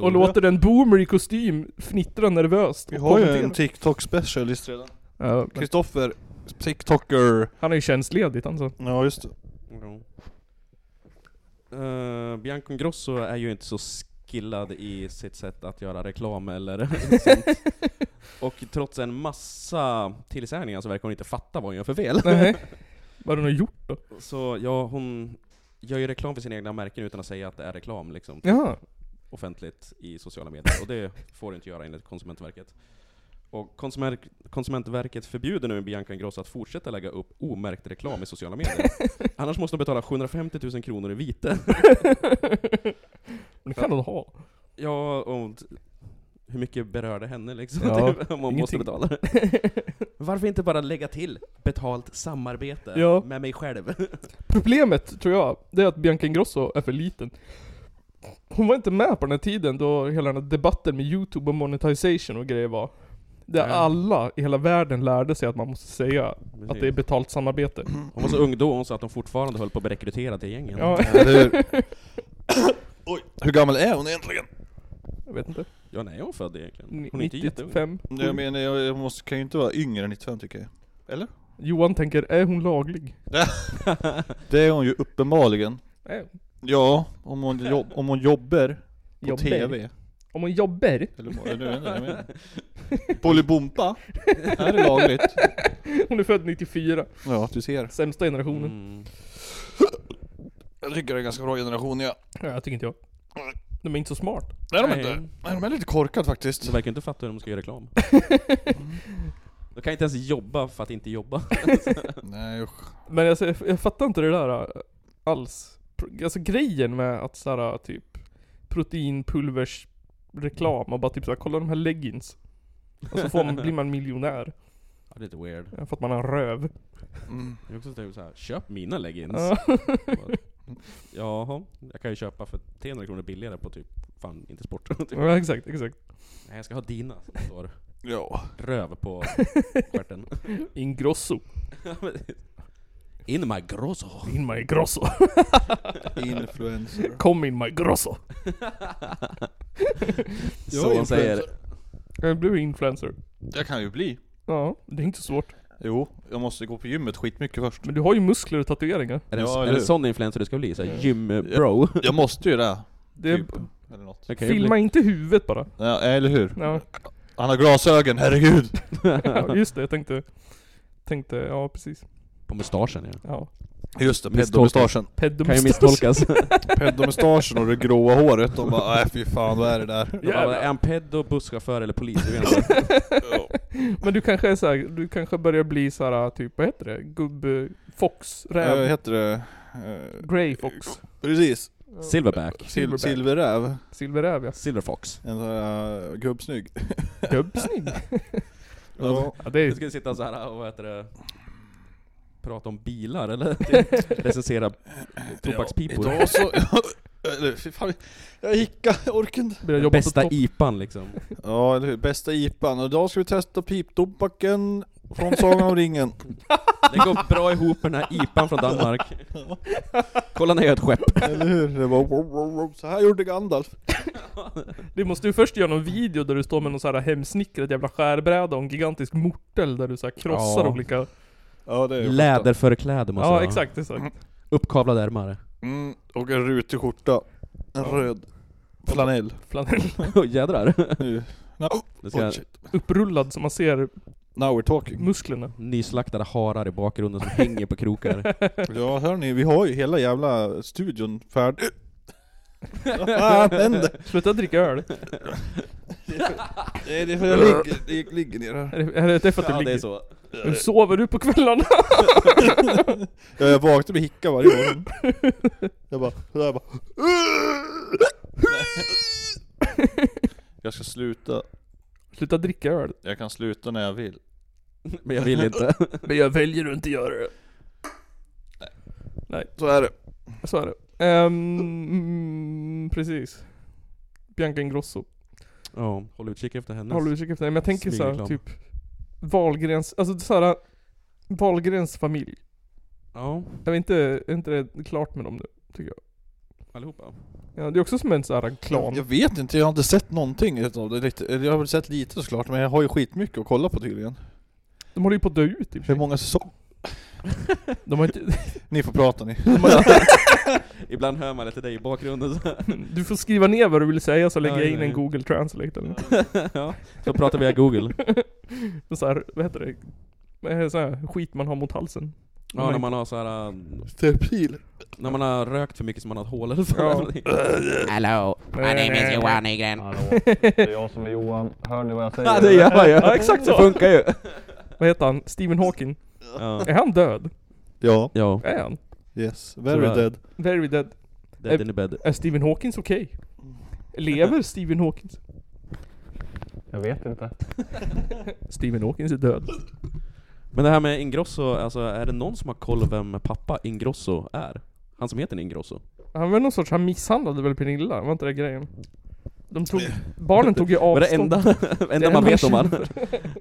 Och låter en boomer i kostym fnittra nervöst.
Vi
och
har ju
kommentera.
en TikTok specialist redan.
Ja, men
Kristoffer, TikToker.
han är ju tjänstledigt alltså.
Ja just det.
Ja. Eh, Bianco Ingrosso är ju inte så skillad i sitt sätt att göra reklam eller sånt. Och trots en massa tillsägningar så verkar hon inte fatta vad hon gör för fel.
Nej. Vad har hon gjort då?
Så ja, hon gör ju reklam för sina egna märken utan att säga att det är reklam liksom.
Jaha.
Offentligt i sociala medier. Och det får du inte göra enligt Konsumentverket. Och Konsumer- Konsumentverket förbjuder nu Bianca Ingrosso att fortsätta lägga upp omärkt reklam i sociala medier. Annars måste hon betala 750 000 kronor i vite.
Men det kan hon ha.
Ja, och t- hur mycket berör det henne liksom?
Ja,
typ, om man måste
ingenting.
betala det. Varför inte bara lägga till betalt samarbete
Ja.
med mig själv?
Problemet, tror jag, det är att Bianca Ingrosso är för liten. Hon var inte med på den här tiden då hela den här debatten med YouTube och monetization och grejer var. Där
Nej.
alla i hela världen lärde sig att man måste säga att det är betalt samarbete.
Hon var så ung då så att de fortfarande höll på att bli rekryterade till gängen.
Ja,
Eller hur? Oj, hur gammal är hon egentligen?
jag vet inte.
Ja, nej, hon är född egentligen. Hon är inte jätteung.
95.
Jag menar, jag, jag måste, kan ju inte vara yngre än 95 tycker jag.
Johan tänker, är hon laglig?
Det är hon ju uppenbarligen.
Nej.
Ja, om hon, jobb, om hon jobbar på
Jobbar.
TV.
Om hon jobbar?
Eller vad är det jag menar? Bolibompa? Är det lagligt?
Hon är född 94.
Ja, du ser.
Sämsta generationen.
Mm.
Jag tycker det är en ganska bra generation ja.
Ja, jag tycker inte jag. De är inte så smart.
Nej, de är
Nej.
inte. Nej, de är lite korkade faktiskt.
De verkar inte fatta hur de ska göra reklam. De kan inte ens jobba för att inte jobba.
Nej usch.
Men alltså, jag, jag fattar inte det där äh, alls. Pro- Alltså grejen med att såhär äh, typ proteinpulvers reklam och bara typ såhär, kolla de här leggings. Och så får man, blir man miljonär.
Ja, det är lite weird.
äh, För att man har en röv.
Mm.
Det är också typ såhär, köp mina leggings.
Ja.
Jaha, jag kan ju köpa för 300 kronor billigare på typ, fan inte sport. typ.
ja, exakt, exakt.
Nej jag ska ha dina som det står
Ja.
röv på stjärten.
Ingrosso.
In my grosso.
In my grosso.
Influencer.
Kom in my grosso.
Så hon säger.
Jag blev influencer.
Jag kan ju bli.
Ja, det är inte svårt.
Jo, jag måste gå på gymmet skitmycket först.
Men du har ju muskler och tatueringar.
Är det,
Ja,
en, är
eller
det
hur?
en sån influencer du ska bli? Såhär gym-bro?
Jag måste ju det.
Det är,
Typ. Eller något.
Filma inte huvudet bara.
Ja, eller hur?
Ja,
Han har glasögon, herregud!
just det. Jag tänkte... Tänkte, ja precis.
På mustaschen ja.
Ja.
Just det,
Misstolkas.
peddomustaschen.
Kan ju misstolkas.
peddomustaschen och det gråa håret. De bara nej fy fan vad är det där?
De bara, är han pedo, busschaufför eller polis? Jag vet inte.
Men du kanske är så här, du kanske börjar bli så här typ, vad heter det? Gubb... Fox? Räv?
Äh, heter det? Eh,
Grey
Eh,
fox.
Precis.
Silverback.
Sil silverräv.
Silverräv ja.
Silverfox.
En sån här äh, gubbsnygg.
Gubbsnygg.
Ja.
Ja, det är-
Du ska sitta så här och vad heter det? Prata om bilar eller? Recensera tobakspipor.
Ja, idag så... eller, fy fan, jag hickade, jag orkade inte.
Börjar jobba på
Bästa
topp.
IPan liksom.
Ja, eller hur? Bästa IPan. Och idag ska vi testa piptobaken från Sagan om ringen.
Den går bra ihop med den här IPan från Danmark. Kolla när jag gör ett skepp.
Eller hur? Det var wow, wow, wow. Så här gjorde Gandalf.
Du måste ju först göra någon video där du står med någon så här hemsnickrad jävla skärbräda och en gigantisk mortel där du så här krossar
Ja.
olika...
Ja, det är ju skjorta.
Läderförkläde måste jag
Ja
ha.
exakt, exakt.
Uppkavlade ärmar.
Mm, och en rutig skjorta. En röd. Flanell.
Flanell.
Åh jädrar.
Nu. No.
Det ska
Oh,
jag-
shit.
Upprullad så man ser
Now we're talking.
musklerna.
Nyslaktade harar i bakgrunden som hänger på krokar.
Ja hörni, vi har ju hela jävla studion färdig. Vad fan händer?
Sluta dricka öl.
Nej det är för jag ligger, det ligger ner här.
Är det, är det för att du
Ja, det är
ligger?
så.
Hur sover du på kvällarna?
Ja, jag vaknar med hicka varje morgon. Jag bara, så jag bara. Jag ska sluta.
Sluta dricka öl.
Jag kan sluta när jag vill.
Men jag vill inte.
Men jag väljer att inte göra det.
Så är det.
Så är det. Ehm, mm, precis. Bianca Ingrosso.
Ja, håll utkik efter hennes.
Håller utkik efter henne. Men jag tänker så här,
Smygreklam.
typ Wahlgrens, alltså så här Wahlgrens familj.
Ja,
Jag vet inte, är inte det klart med dem nu?
allihopa.
Ja, det är också som en sån här klan.
Jag vet inte, jag har inte sett någonting utav det. riktigt. Eller Jag har väl sett lite såklart, men jag har ju skitmycket att kolla på tydligen.
De håller ju på att dö ut i och för
Hur
sig.
många säsonger?
De har inte,
Ni får prata ni.
Ibland hör man det till dig i bakgrunden. Så,
du får skriva ner vad du vill säga så lägger
Ja,
jag
ja,
in en
ja.
google translate eller något.
ja, så pratar via google.
Och så här, vad heter det? Vad är det? Så här, skit man har mot halsen.
Ja, när man har så här, äh,
Terpil.
När man har rökt för mycket så man har ett hål eller
Ja.
vad
Hallå, my name is Johan Nygren.
Ja, det gör man ju.
Ja, exakt så.
Det funkar ju.
Vad heter han? Stephen Hawking?
Ja.
Är han död?
Ja.
ja.
Är han?
Yes.
Så
Very
är det.
dead.
Very dead.
Dead in the bed.
Är Stephen Hawkins okej? Lever Stephen Hawkins?
Jag vet inte.
Stephen Hawkins är död.
Men det här med Ingrosso, alltså är det någon som har koll vem pappa Ingrosso är? Han som heter Ingrosso?
Han var någon sorts, han misshandlade väl Pernilla? Var inte det grejen? De tog, barnen tog ju
Var
avstånd.
det enda, enda man
enda
vet om
jag
han? Att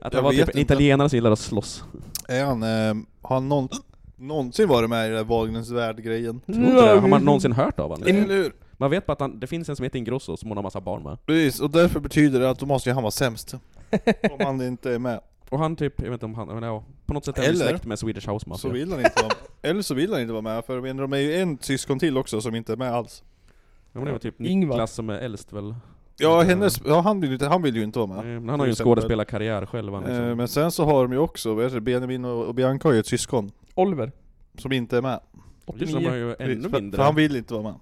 Jag
han var
vet
typ en
inte.
italienare som gillar att slåss.
Är han, eh, har han någon, någonsin varit med i den där Wagners värld-grejen?
Tror inte det. Har man någonsin hört av honom?
Eller hur?
Man vet bara att han, det finns en som heter Ingrosso som hon har massa barn med.
Precis, och därför betyder det att då måste ju han vara sämst. Om han inte är med.
Och han typ, jag vet inte om han, men ja, på något sätt är han
Eller-
släkt med Swedish House
Så
Mafia.
vill han inte vara med. Eller så vill han inte vara med, för men de är ju en syskon till också som inte är med alls.
Ja, men det var typ
Ingvar.
Niklas som är äldst väl?
Ja,
Inte-
hennes, ja han, vill ju inte, han vill ju inte vara med.
Nej, men Han har ju en
Till exempel.
skådespelarkarriär själv han liksom.
Eh, Men sen så har de ju också, vad heter det, Benjamin och, och Bianca har ju ett syskon
Oliver.
som inte är med.
Just det,
89.
de har ju ännu
Precis, för,
mindre.
för han vill inte vara med.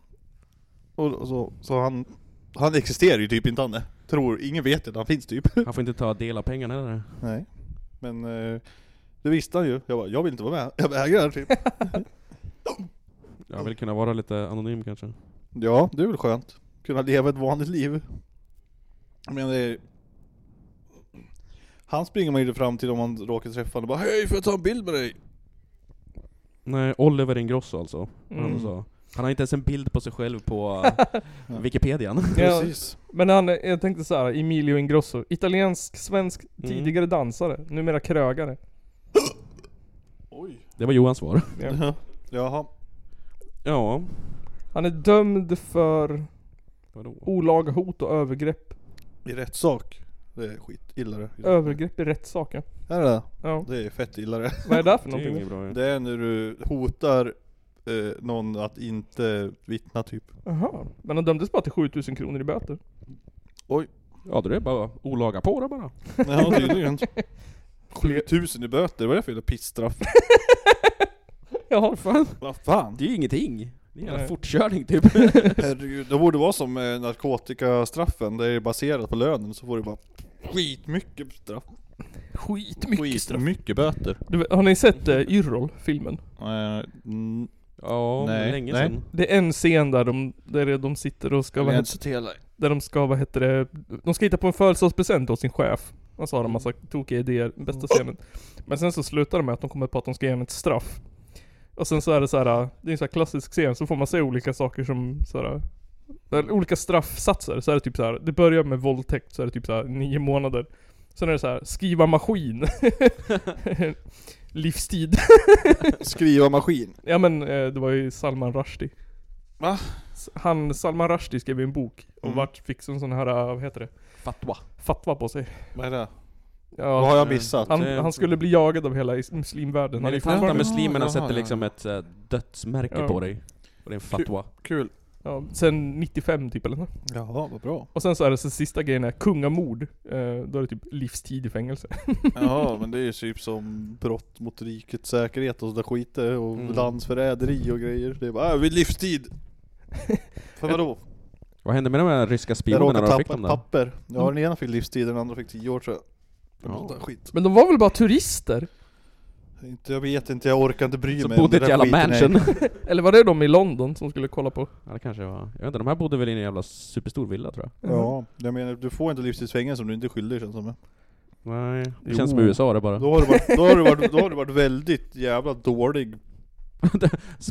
Och, och så, så han, han existerar ju typ inte han är. Tror, ingen vet att han finns typ.
Han får inte ta del av pengarna eller?
Nej. Men eh, det visste han ju. Jag bara, jag vill inte vara med. Jag vägrar typ.
Jag vill kunna vara lite anonym kanske.
ja, det är väl skönt. Kunna leva ett vanligt liv. Men det är... Han springer man ju inte fram till om man råkar träffa honom och bara Hej, får jag ta en bild med dig?
Nej, Oliver Ingrosso alltså. vad
Mm.
Han, sa. han har inte ens en bild på sig själv på eh, Wikipedia.
Ja,
Precis.
men han, jag tänkte så här, Emilio Ingrosso. Italiensk, svensk,
Mm.
tidigare dansare. Numera krögare.
Oj.
Det var Johans svar.
Ja.
Jaha.
Ja,
Han är dömd för
vadå?
olaga hot och övergrepp.
I rätt sak. Det är skit illa det.
Övergrepp i rättssak ja.
Är det det?
ja.
Det är fett illa det.
Vad är det där för
Det är inget
någonting?
bra. ju.
Det är när du hotar eh, någon att inte vittna typ.
Jaha. Men han dömdes bara till 7000 kronor i böter.
Ja, det är bara olaga på det bara.
Ja tydligen. 7000 i böter, vad är det för jävla pissstraff?
Ja, fan.
Vad fan?
Det är ju ingenting. Det är en jävla
Nej.
fortkörning typ.
Herregud, det borde vara som eh, narkotikastraffen, det är baserat på lönen så får du bara skitmycket straff.
Skitmycket straff.
Mycket böter. Eh,
Du, har ni sett uh, Yrrol, filmen?
Ja,
Nej, länge nej. sedan.
Det är en scen där de, där de sitter och ska...
Jag
vad heter-
har inte sett hela.
Där de ska, vad heter det? De ska hitta på en födelsedagspresent åt sin chef. Och så har de massa
Mm.
tokiga idéer, bästa scenen. Men sen så slutar de med att de kommer på att de ska ge henne ett straff. Och sen så är det så här, det är en så här klassisk scen, så får man se olika saker som så här, eller olika straffsatser. Så är det typ så här, det börjar med våldtäkt, så är det typ så här nio månader. Sen är det så här, skriva maskin. Livstid.
Skriva maskin?
Ja men eh, det var ju Salman Rushdie.
Va?
Han, Salman Rushdie skrev ju en bok och
Mm.
vart fick en sån här, eh, vad heter det?
Fatwa.
Fatwa på sig.
Vad är det?
Ja,
Vad har jag missat?
Han,
Det-
han skulle bli jagad av hela is- muslimvärlden.
När
Han
de
är
fattar
fortfarande-
muslimerna
Jaha,
sätter
ja.
liksom ett eh, dödsmärke
Ja.
på dig. Och det är en fatwa.
Kul.
Ja, sen 95 typ eller nåt.
Jaha, vad bra.
Och sen så är det så sista grejen är kungamord. Eh, då är det typ livstid i fängelse.
Ja, men det är ju typ som brott mot rikets säkerhet och sådär skit eh, och
Mm.
landsförräderi och grejer. Det är bara, äh, vid livstid! För vadå?
Vad hände med de här ryska
Jag
spionerna
råkade
då? Fick
tappa
de
ett
där?
papper. Ja, den ena fick livstid, den andra fick 10 år tror jag. Ja. Sådär skit.
Men de var väl bara turister?
Inte, jag vet inte, jag orkar inte bry
Så
mig om
bodde
den
ett
där
jävla
skiten. Nej.
mansion.
eller var det de i London som skulle kolla på?
Ja det kanske var. Jag vet inte, de här bodde väl i en jävla superstor villa tror jag.
Mm.
Ja, jag menar du får inte livstidsfängelse om du inte är skyldig känns det som.
Nej, det
Jo.
känns som USA det bara.
Då har, du varit, då, har du varit, då har du varit väldigt jävla dålig.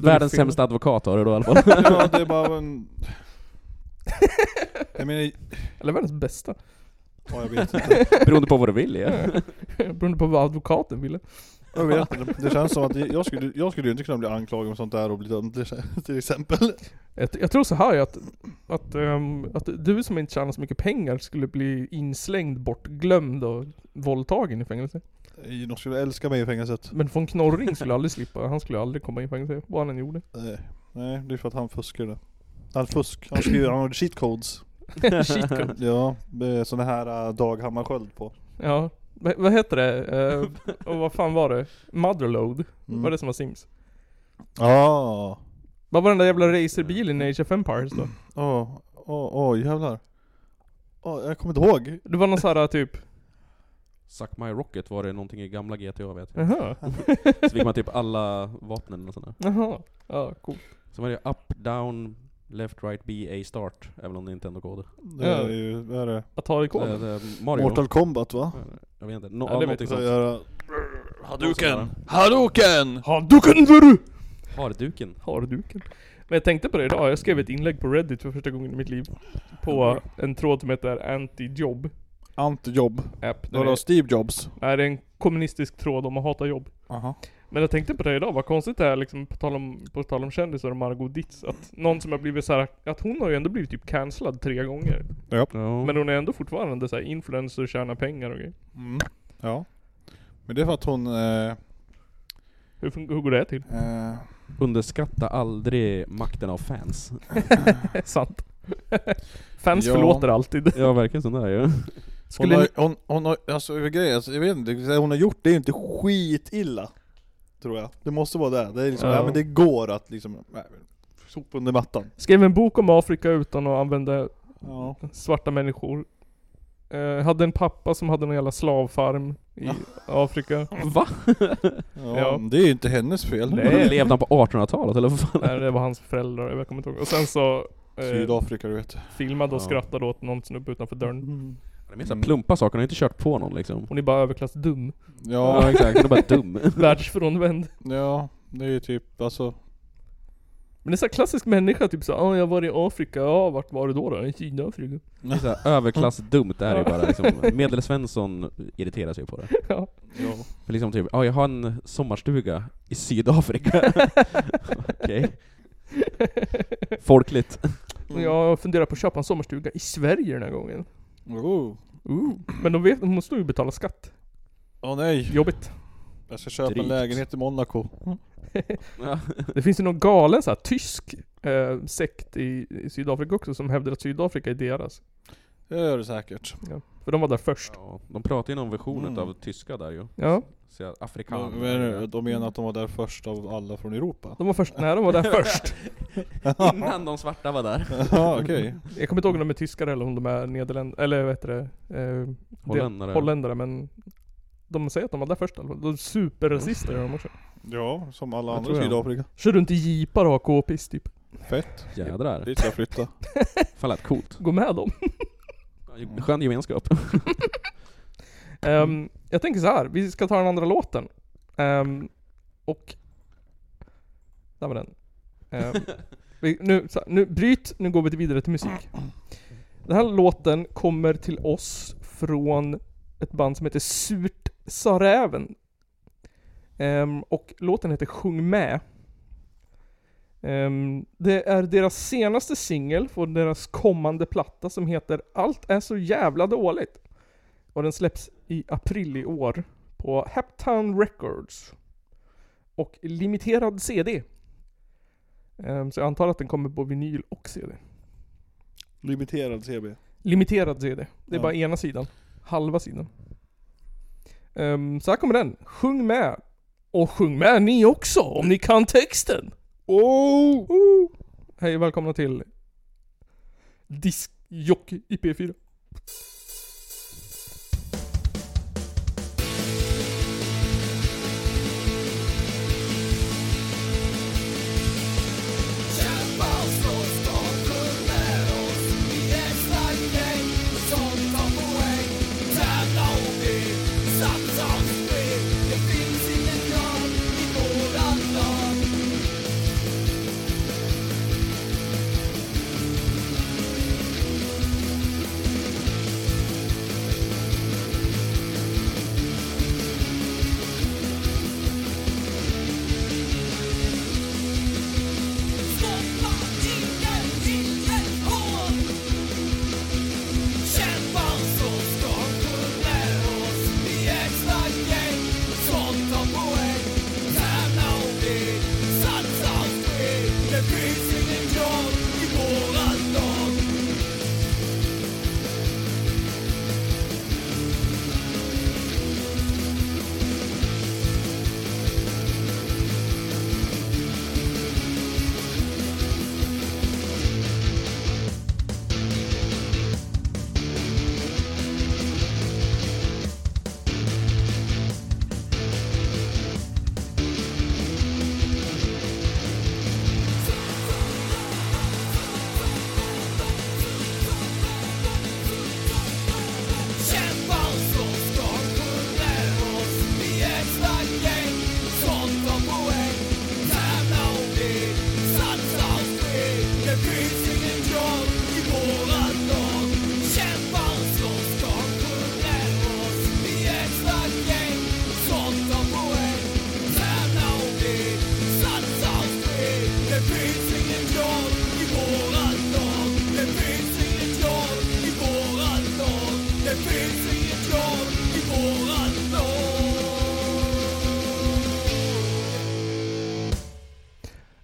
Världens
fel.
sämsta advokat har du då i alla fall.
Ja, det är bara en... Jag menar,
Eller världens bästa?
ja, jag vet inte.
Beroende på vad du vill ja.
Beroende på vad advokaten ville.
Jag vet inte. Det känns som att jag skulle, jag skulle ju inte kunna bli anklagad om sånt där och bli dömd till exempel.
Jag, jag tror så här att, att, ehm, att du som inte tjänar så mycket pengar skulle bli inslängd, bortglömd och våldtagen i fängelse.
De skulle älska mig i fängelset.
Men von Knorring skulle aldrig slippa, han skulle aldrig komma in i fängelse, vad han än gjorde.
Nej, nej, det är för att han fuskade. Han fusk. Han skriver, han hade cheat codes.
Shitcoat.
Ja, med såna här äh, Dag Hammarskjöld på.
Ja. Va- vad heter det? Eh, och vad fan var det? Motherload?
Mm.
Var det som var Sims?
Ja.
Vad var den där jävla racerbilen i Age of Empires då?
Åh, åh, åh jävlar. Åh, jag kommer inte ihåg.
Det var någon sån här typ,
Suck My Rocket var det någonting i gamla GTA vet jag.
jaha,
Så fick man typ alla vapnen och sådär.
jaha, ja coolt.
Sen var det up, down, left, right, B, A, start. Även om det inte är kod.
Det är ju, vad är det?
Eh,
Atari-koden?
det är Mario.
Mortal Kombat va?
Jag vet inte. No,
Ja, det vet
någonting
Så
sånt.
göra...
Haduken!
Hadoken!
Harduken vurru!
Harduken.
Harduken. Men jag tänkte på det idag, jag skrev ett inlägg på Reddit för första gången i mitt liv. På en tråd som heter Anti-jobb
Antijobb.
app. Den
Vadå
är,
Steve Jobs?
nej, det är en kommunistisk tråd om att hata jobb.
Aha.
Men jag tänkte på det idag, vad konstigt det är liksom, på tal om, på tal om kändisar och Margot Ditz, att någon som har blivit så här, att hon har ju ändå blivit typ cancellad tre gånger.
Mm.
Ja.
Men hon är ändå fortfarande så här influencer, tjänar pengar och grejer.
Mm. Ja. Men det är för att hon... Eh,
Hur, fun- hur går det till?
eh,
Underskatta aldrig makten av fans.
Sant. Fans
Ja.
förlåter alltid.
Ja, verkligen sån där ju.
hon,
Skulle
har,
ni,
hon, hon har... Alltså grejen, alltså, jag vet inte. det Hon har gjort det är ju inte skitilla. Tror jag. Det måste vara det. Det är liksom,
Ja.
ja. men det går att liksom... Nej, men, sopa under mattan.
skrev en bok om Afrika utan att använda
Ja.
svarta människor. Eh, hade en pappa som hade en jävla slavfarm i
Ja.
Afrika.
Va?
Ja,
Ja.
men Det är ju inte hennes fel.
Nej. Eh,
Levde han på 1800-talet eller vad fan?
Nej, det var hans föräldrar, jag kommer inte ihåg. Och sen så eh,
Sydafrika du vet.
filmade och
Ja.
skrattade åt någon snubbe utanför dörren.
De är så här plumpa saker, han har inte kört på någon liksom.
Hon är bara överklassdum.
Ja,
exakt. Han är bara dum.
Världsfrånvänd.
ja. Det är ju typ alltså...
Men det är så här klassisk människa, typ såhär ah, jag var i Afrika, ja vart var du då då? I Sydafrika?
Det är så här överklassdumt, det här är ju bara liksom, Medelsvensson irriterar sig på det.
Ja.
Ja.
För liksom typ, ja jag har en sommarstuga i Sydafrika. Okej. Folkligt.
Mm.
Men Jag funderar på att köpa en sommarstuga i Sverige den här gången.
Oh.
Ooh. Men de vet, de måste ju betala skatt.
Åh nej.
Jobbigt.
Jag ska köpa
Drygt.
en lägenhet i Monaco.
Ja.
Det finns ju någon galen så här, tysk eh, sekt i, i Sydafrika också som hävdar att Sydafrika är deras.
Eh, Det gör det säkert.
Ja, för de var där först.
Ja, de pratar ju någon version
Mm.
av tyska där ju.
Ja.
Så jag,
Men,
afrikan. eh,
men, de menar att de var där först av alla från Europa?
De var först, nej de var där först.
Innan de svarta var där.
Ja, okej.
Jag kommer inte ihåg om de är tyskar eller om de är nederländare, eller vad heter det? Eh, det-
Holländare.
Holländare, men de säger att de var där först i alla fall. De är superrasister är de också.
Ja, som alla
Jag
andra
tror
i
jag.
Sydafrika.
Kör runt i jeepar och har k-piss typ.
Fett.
Jädrar.
Dit ska jag flytta.
Fan lät coolt.
Gå med dem.
Skön gemenskap.
Ehm, jag tänker så här, vi ska ta den andra låten. Ehm, och... Där var den. Ehm, vi, nu, så, nu, bryt, nu går vi till vidare till musik. Den här låten kommer till oss från ett band som heter Surt sa räven. Ehm, och låten heter Sjung med. Ehm, det är deras senaste singel från deras kommande platta som heter Allt är så jävla dåligt. Och den släpps i april i år på Haptown Records. Och limiterad CD. Ehm, Så jag antar att den kommer på vinyl och CD.
Limiterad CB.
Limiterad CD. Det är
Ja.
bara ena sidan. Halva sidan. Ehm, så här kommer den. Sjung med. Och sjung med ni också om ni kan texten.
Oh!
oh. Hej och välkomna till Diskjockey i P4.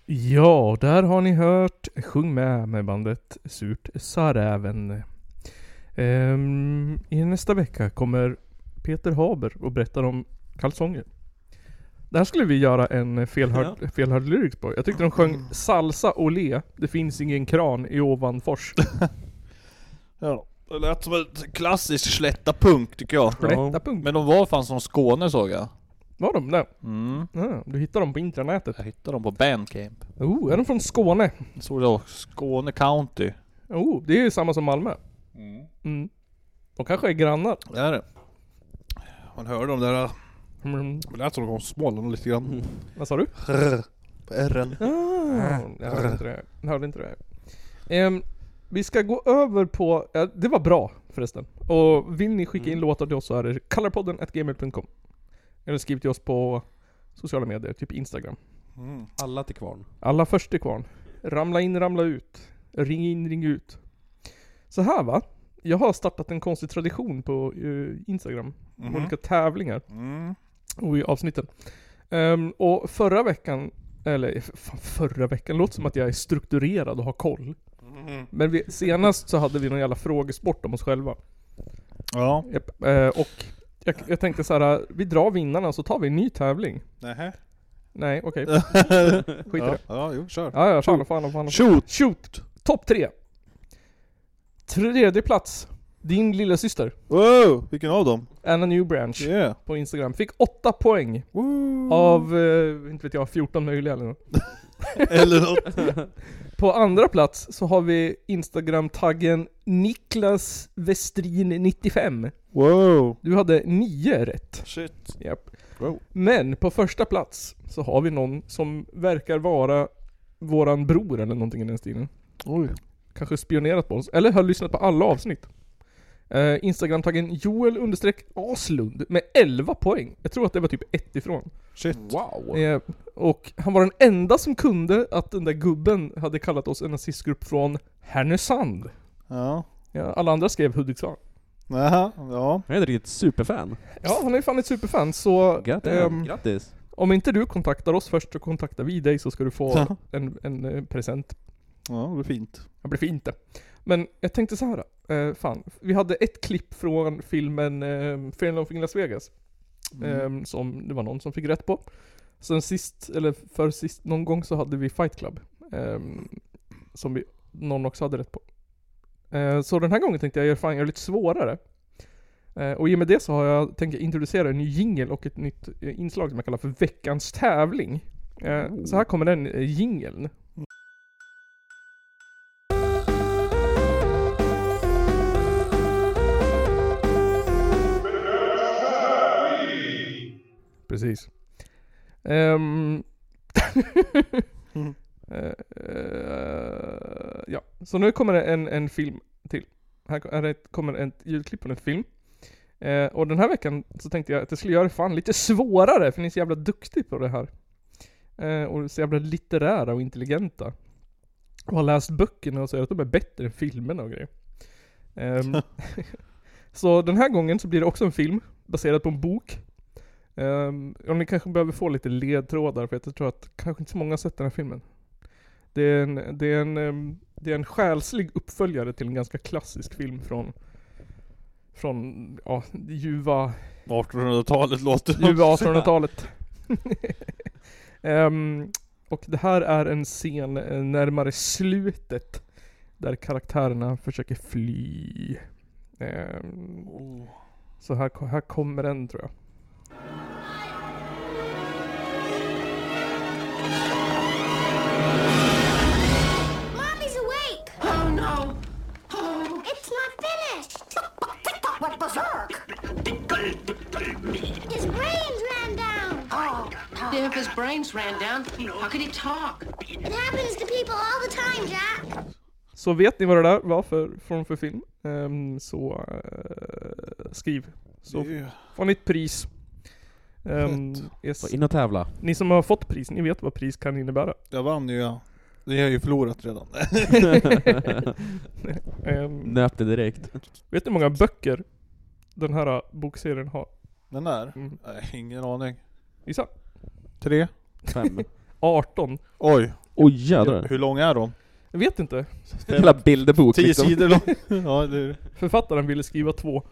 Ja, där har ni hört Sjung med med bandet Surt sa räven. Ehm, I nästa vecka kommer Peter Haber och berättar om kalsonger. Där skulle vi göra en felhörd, felhörd lyrics på. Jag tyckte de
Mm.
sjöng Salsa Olé, det finns ingen kran i Ovanfors.
Ja. Det lät som ett klassiskt slättapunk tycker jag.
Slättapunk.
Men de var fan från Skåne såg jag.
Var de det?
Mm.
Ja, du hittar dem på intranätet.
Jag hittade dem på Bandcamp.
Oh, är de från Skåne?
Såg det också. Skåne County.
Oh, det är ju samma som Malmö. Mm. De kanske är grannar.
Det är det. Man hörde de där...
Mm.
Det lät som de kom från Småland lite grann.
Vad sa du?
Rrr. Mm. På R'n.
Ah, jag hörde inte det. Jag hörde inte det. Ehm, vi ska gå över på, ja, det var bra förresten. Och vill ni skicka in låtar till oss så är det colorpodden.gmail.com Eller skriv till oss på sociala medier, typ Instagram.
Alla till kvarn.
Alla först till kvarn. Ramla in, ramla ut. Ring in, ring ut. Så här va. Jag har startat en konstig tradition på eh, Instagram.
Mhm.
Olika tävlingar.
Mm.
Och i avsnitten. Ehm, och förra veckan, eller f- fan, förra veckan, låter som att jag är strukturerad och har koll.
Mm.
Men vi, senast så hade vi någon jävla frågesport om oss själva.
Ja.
Japp, eh, och jag, jag tänkte så här, vi drar vinnarna så tar vi en ny tävling.
Nähä.
Nej, okej. Skit i
Ja.
det.
Ja, jo, kör.
Ja, ja, fan,
Shoot.
fan, fan.
Shoot.
Shoot! Topp tre. Tredje plats. Din lilla syster.
Wow, vilken av dem?
Anna Newbranch.
Yeah.
På Instagram. Fick åtta poäng. Av, eh, inte vet jag, 14 möjliga eller något.
Eller något.
På andra plats så har vi Instagram-taggen Niklas Westrin 95.
Wow.
Du hade nio rätt.
Shit.
Japp.
Wow.
Men på första plats så har vi någon som verkar vara våran bror eller någonting i den stilen.
Oj.
Kanske spionerat på oss, eller har lyssnat på alla avsnitt. Eh, Instagram-taggen Joel understreck Aslund med 11 poäng. Jag tror att det var typ ett ifrån.
Shit.
Wow.
Eh, och han var den enda som kunde att den där gubben hade kallat oss en nazistgrupp från Härnösand.
Ja.
Ja, alla andra skrev Hudiksvall.
Nähä, ja.
Jag är ett riktigt superfan.
Ja, han är ju fan ett superfan så... ehm,
Grattis. Grattis.
Om inte du kontaktar oss först så kontaktar vi dig så ska du få en, en eh, present.
Ja, det blir fint.
Det blir fint det. Men jag tänkte så här. Eh, fan, vi hade ett klipp från filmen eh, Fear and Loathing in Las Vegas.
Ehm. Mm.
Eh, som det var någon som fick rätt på. Sen sist, eller för sist, någon gång så hade vi Fight Club. Eh, som vi, någon också hade rätt på. Eh, så den här gången tänkte jag, jag fan, jag är lite svårare. Eh, och i och med det så har jag, tänker jag introducera en ny jingle och ett nytt eh, inslag som jag kallar för veckans tävling. Eh, Så här kommer den eh, jingeln. Precis. Ehm. Eh, eh, ja, så nu kommer det en, en film till. Här ko- är det, ett- kommer ett ljudklipp från en film. Eh, och den här veckan så tänkte jag att jag skulle göra det fan lite svårare, för ni är så jävla duktiga på det här. Eh, och så jävla litterära och intelligenta. Och har läst böckerna och säger att de är bättre än filmerna och grejer. Ehm, så den här gången så blir det också en film, baserad på en bok. Um, och ni kanske behöver få lite ledtrådar för att jag tror att kanske inte så många har sett den här filmen. Det är en, det är en, ehm, det är en själslig uppföljare till en ganska klassisk film från, från ja, det ljuva,
1800-talet låter det
ljuva 1800-talet. Ehm, och det här är en scen eh, närmare slutet där karaktärerna försöker fly. Ehm, Så här, ko- här kommer den tror jag.
Mommy's awake! Oh no! Oh. It's not finished! TikTok went berserk! His brains ran down! Oh.
If his brains ran down, how could he talk?
It happens to people all the time, Jack!
Så vet ni vad det där var för, från för film, ehm, så eh, skriv. Så
Det-
får ni ett pris. Ehm, yes.
Så in och tävla.
Ni som har fått pris, ni vet vad pris kan innebära.
Jag vann ju ja. Det har jag ju förlorat redan. Äh,
Ehm,
Nöp det direkt.
vet ni hur många böcker den här eh, bokserien har?
Den där? Nej, ingen aning.
Gissa.
Mm. Tre?
Fem.
18.
Oj.
Oj jädrar.
Hur långa är de?
Jag vet inte.
Hela bilderbok
Tio
liksom.
sidor lång. ja, det är...
Författaren ville skriva två.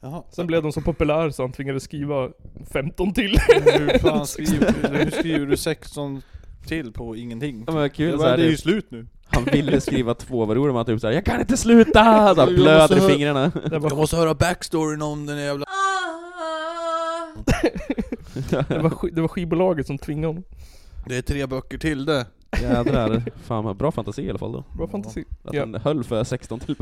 Jaha.
Sen blev de så populär så han tvingades skriva 15 till.
Hur fan skriver du? Hur skriver du 16 till på ingenting?
Ja, men kul
det,
så här,
bara, det är ju
det-
slut nu.
Han ville skriva tvåvaror om han typ såhär 'Jag kan inte sluta!' Så han
Jag måste
blöder i
höra-
fingrarna.
Jag måste höra backstoryn om den jävla...
Det var, sk- det var skivbolaget som tvingade honom.
Det är tre böcker till det.
Jädrar. Fan vad bra fantasi i alla fall då.
Bra fantasi.
Att
Ja.
han höll för 16 till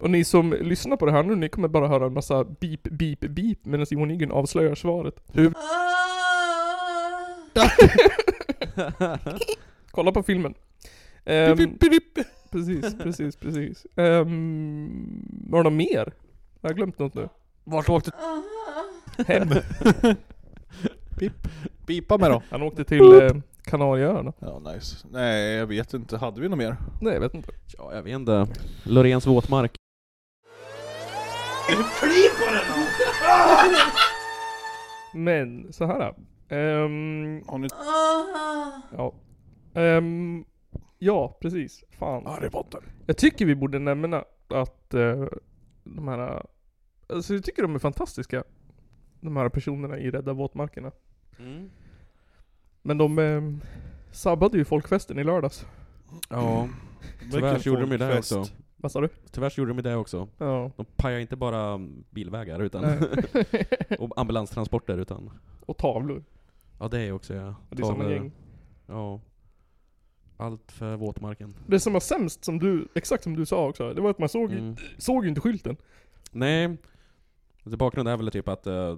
Och ni som lyssnar på det här nu, ni kommer bara höra en massa beep, beep, beep medan Johan Nygren avslöjar svaret.
Hur...
Kolla på filmen. Ehm, Precis, precis, precis. Um, var det något mer? Har jag glömt något nu?
Vart åkte...
Hem.
Pip. Pipa med dem.
Han åkte till eh, Kanarieöarna.
Ja, nice. Nej, jag vet inte. Hade vi något mer?
Nej, jag vet inte.
Ja, jag vet inte. Lorens våtmark.
Men så här. ehm,
Har ni...
ja. Ehm, Ja, precis. Fan.
Harry Potter.
Jag tycker vi borde nämna att eh, de här... Alltså jag tycker de är fantastiska. De här personerna i Rädda våtmarkerna.
Mm.
Men de eh, sabbade ju folkfesten i lördags.
Ja. Tyvärr så gjorde de ju det också.
Vad sa du?
Tyvärr så gjorde de ju det också.
Ja.
De pajade inte bara mm, bilvägar utan
Nej.
och ambulanstransporter utan...
Och tavlor.
Ja det är också ja.
Det är samma
Tavlor.
gäng.
Ja. Allt för våtmarken.
Det som var sämst, som du, exakt som du sa också, det var att man såg, ju-
Mm.
såg ju inte skylten.
Nej. Det bakgrunden är väl typ att eh,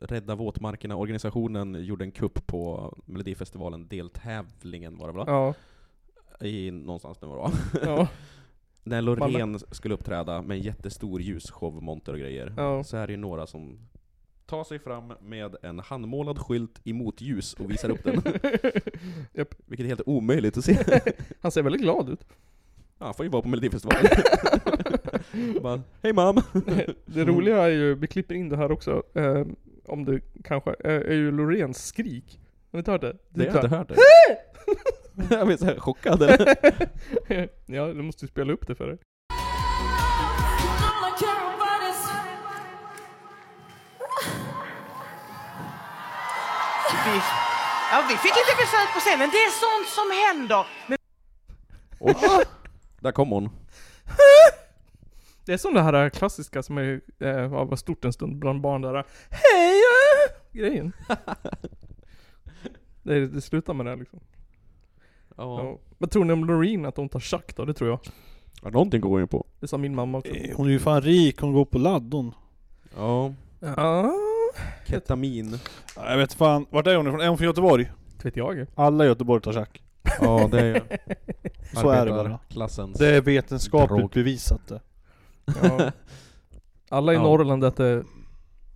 Rädda våtmarkerna, organisationen, gjorde en kupp på Melodifestivalen, deltävlingen var det väl?
Ja.
I någonstans nu var det
Ja.
När Loreen skulle uppträda med en jättestor ljusshow, monter och grejer,
Ja.
så är det ju några som tar sig fram med en handmålad skylt emot ljus och visar upp den. Vilket är helt omöjligt att se.
Han ser väldigt glad ut.
Ja, han får ju vara på Melodifestivalen. Bara, Hej mam!
Det roliga är ju, vi klipper in det här också, eh, om du kanske, eh, är ju Loreens skrik. Har ni inte hört det?
Det har jag inte hört. Jag blir så här chockad, eller?
eller? ja, du måste ju spela upp det för dig.
Vi, ja, vi fick lite besök på scenen. Det är sånt som händer. Men
Oj! Där kom hon.
Det är som det här klassiska som är, eh, var stort en stund bland barn där Hej! eh, Grejen. det, det slutar med det här, liksom.
Ja.
Ja. Vad tror ni om Loreen att hon tar schack då? Det tror jag.
Ja, någonting går hon ju på.
Det sa min mamma också.
Eh, Hon är ju fan rik, hon går på ladd hon.
Ja.
Ja.
Ketamin.
Ja, Jag vet fan, vart är hon ifrån? Är hon från Göteborg?
Det vet jag ju.
Alla i Göteborg tar schack.
Ja, det är ju
Så är det bara.
Klassens
Det är vetenskapligt
drog.
bevisat det.
Ja. Alla i
Ja.
Norrland äter,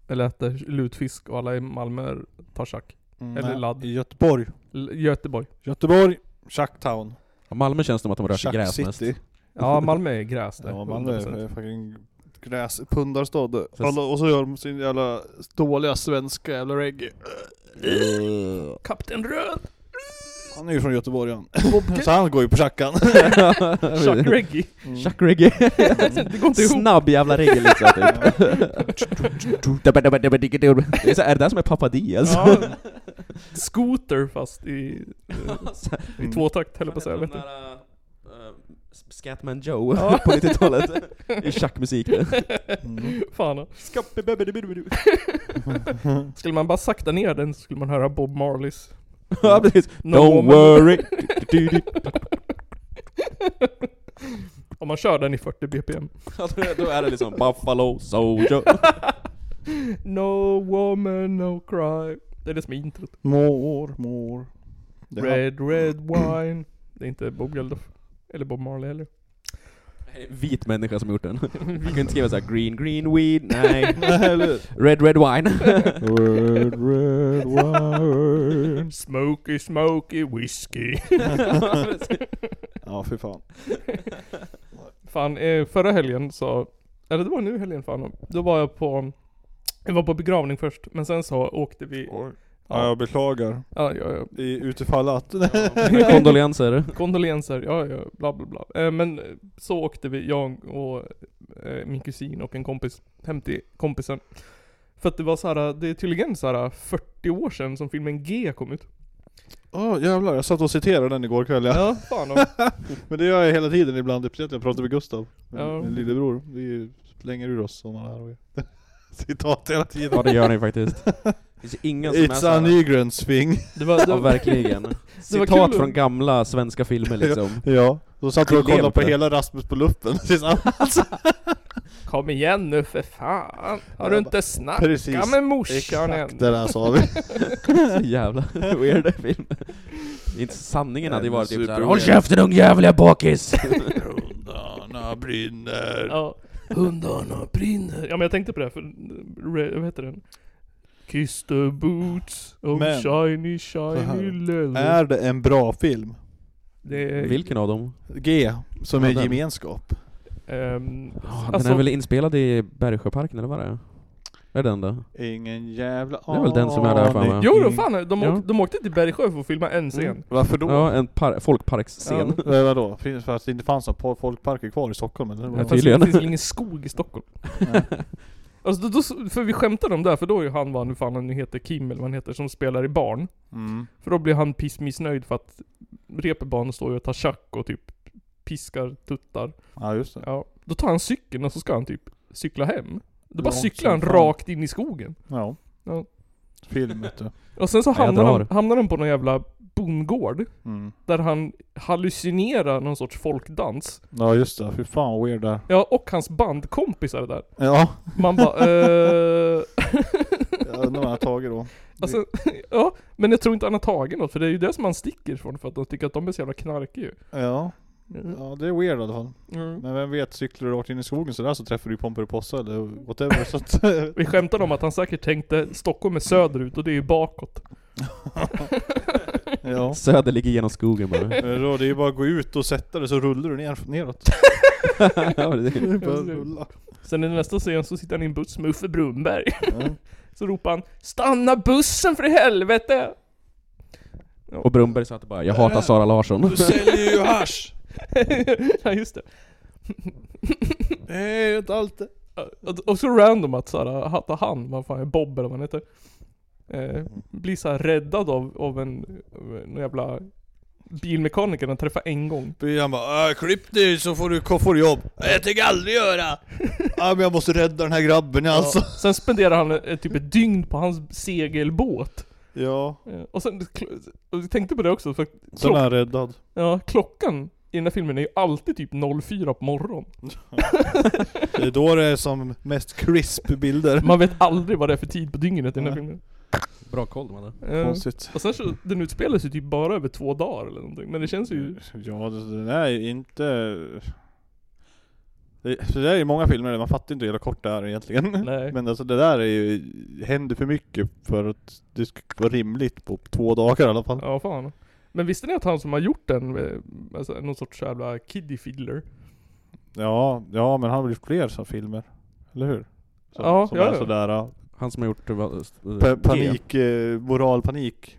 eller äter lutfisk och alla i Malmö tar schack.
Mm,
eller
nej,
ladd.
I Göteborg.
L- Göteborg.
Göteborg, Schacktown.
Ja, Malmö känns som att de röker gräs mest.
City.
Ja, Malmö är gräs där.
Ja, Malmö är
100%.
fucking gräspundarstad. Alla- Och så gör de sin jävla dåliga svenska jävla reggae.
Kapten Röd!
Han är ju från Göteborg han. Så han går ju på tjackan.
Chuck reggae.
Mm.
Chuck reggae.
Det går inte ihop.
Snabb jävla reggae liksom typ. Det är, så, är det där som är Papa Diaz?
Ja. Scooter fast i, eh, i
Mm.
tvåtakt höll jag på att säga.
Vad
Vet
heter
du.
de där, eh, Scatman Joe
Ja.
på 90-talet. I schackmusik.
Mm.
Fan. Skulle man bara sakta ner den så skulle man höra Bob Marleys
Ja precis.
No
Don't
woman.
worry.
Om man kör den i 40 BPM.
Ja, då är- Då är det liksom Buffalo Soldier.
No woman, no cry. Det är det som är introt.
Mår, mår. Det-
Red, red wine. Det är inte Bob Geldof. Eller Bob Marley heller.
Vit människa som gjort den. Man kan inte skriva såhär green green weed, nej.
Eller-
Red red wine.
Red, red wine.
Smoky, smoky whiskey.
Ja, fy fan.
Fan, eh, förra helgen så, eller det var nu i helgen fan, då var jag på, jag var på begravning först, men sen så åkte vi
Ja, jag beklagar.
Ja, ja, ja.
I utifall att...
Kondolenser.
Kondolenser, ja ja, bla bla bla. Eh, men eh, så åkte vi, jag och eh, min kusin och en kompis, hem till kompisen. För att det var så här, det är tydligen så här 40 år sedan som filmen G kom ut.
Åh jävlar, jag satt och citerade den igår kväll
Ja, fan och,
Men det gör jag hela tiden ibland, det är precis att jag pratar med Gustav, min,
Ja.
min lillebror. Vi slänger ur oss sådana här citat hela tiden.
Ja det gör ni faktiskt. Det finns ju ingen som är
It's an
såhär.
ignorant swing.
det var, det
Ja
var,
verkligen.
var
Citat
kul att-
från gamla svenska filmer liksom.
Ja, då satt vi och
Vi lever
kollade på
på det.
hela Rasmus på luppen tillsammans.
Kom igen nu för fan. Har
Jag
du
bara,
inte snackat
Precis.
med morsan än?
Exakt det där sa vi.
Så jävla weird film. Inte sanningen hade ju varit typ såhär
superweird.
Håll käften ungjävel jag är bakis!
Hundarna brinner.
Ja. Hundarna brinner. Ja men jag tänkte på det, här, för re- vad heter den? Kiss the boots of
Men,
shiny
här.
shiny leather.
Är det en bra film?
Det är,
Vilken av dem?
G, som
Ja,
är
den.
gemenskap.
ehm,
Ja, Den
Alltså-
är väl inspelad i Bergsjöparken eller vad det är? Är det den då?
Ingen jävla
Det är väl den som är där framme?
Jo
Mm.
då fan, de,
Ja.
åkte, de åkte till Bergsjö för att filma en scen.
Mm.
Varför då?
Ja, en par- folkparksscen.
Ja, eh, vadå? Finns- För att det inte fanns några folkparker kvar i Stockholm eller?
Ja, fast Det finns väl ingen skog i Stockholm? alltså, då, då, för vi skämtade om det här, för då är ju han vad nu fan han nu heter, Kim eller vad han heter, som spelar i barn.
Mm.
För då blir han pissmissnöjd för att reperbanan står ju och tar tjack och typ piskar tuttar.
Ja just det.
Ja. Då tar han cykeln och så ska han typ cykla hem. Då bara
Långt
cyklar han
som fan.
rakt in i skogen.
Ja.
Ja.
Film vet du.
Och sen så
Ja, jag
hamnar,
drar.
han, hamnar han på någon jävla bondgård.
Mm.
Där han hallucinerar någon sorts folkdans.
Ja just det, fy fan vad weird där.
Ja, och hans bandkompisar är där.
Ja.
Man bara eh...
Jag undrar vad han har tagit då.
Alltså, ja, men jag tror inte han har tagit något för det är ju det som han sticker ifrån för att de tycker att de är så jävla knarkiga ju.
Ja. Ja det är weird i alla fall.
Mm.
Men vem vet, cyklar du rakt in i skogen sådär så träffar du ju Pomperipossa eller whatever så att...
Vi skämtar om att han säkert tänkte Stockholm är söderut och det är ju bakåt.
ja.
Söder ligger genom skogen bara.
Men då, det är ju bara att gå ut och sätta dig så rullar du ner, neråt.
Ja, det är-
Det är bara att rulla.
Sen i nästa scen så sitter han i en buss med Uffe Brunnberg. så ropar han 'Stanna bussen för i helvete!'
Och Brumberg satt och bara 'Jag hatar Sara Larsson'
säljer ju hasch!
ja just det.
Det är ju inte allt det.
Och- Och så random att såhär, hatta han, vad fan är Bob eller vad han heter. Eh, blir såhär räddad av, av en, av en jävla bilmekaniker han träffar en gång.
Han bara äh, 'Klipp dig så får du, får du jobb' "Äh, Jag tänker aldrig göra! Ja men jag måste rädda den här grabben alltså.
Ja. Sen spenderar han eh, typ ett dygn på hans segelbåt.
Ja.
Eh, Och sen, och jag tänkte på det också för att
Sen är
klock-
han räddad.
ja, klockan i den här filmen är ju alltid typ 04 på morgonen.
Det är då det är som mest crisp bilder.
Man vet aldrig vad det är för tid på dygnet i den här filmen.
Bra koll de hade.
Eh,
Konstigt.
Och sen så, den utspelar sig typ bara över två dagar eller någonting. Men det känns ju...
Ja, det, den är ju inte... Det, för det är ju många filmer där man fattar inte hur jävla kort det är egentligen.
Nej.
Men alltså det där är ju, händer för mycket för att det ska vara rimligt på två dagar i alla fall.
Ja, fan. Men visste ni att han som har gjort den, eh, alltså, någon sorts jävla kiddie fiddler?
Ja, ja men han har gjort fler så filmer. Eller hur? Som,
Ja,
som
ja,
är
ja.
sådär ja,
Han som har gjort... eh, vad- eh,
pa-
G.
panik, eh, moralpanik.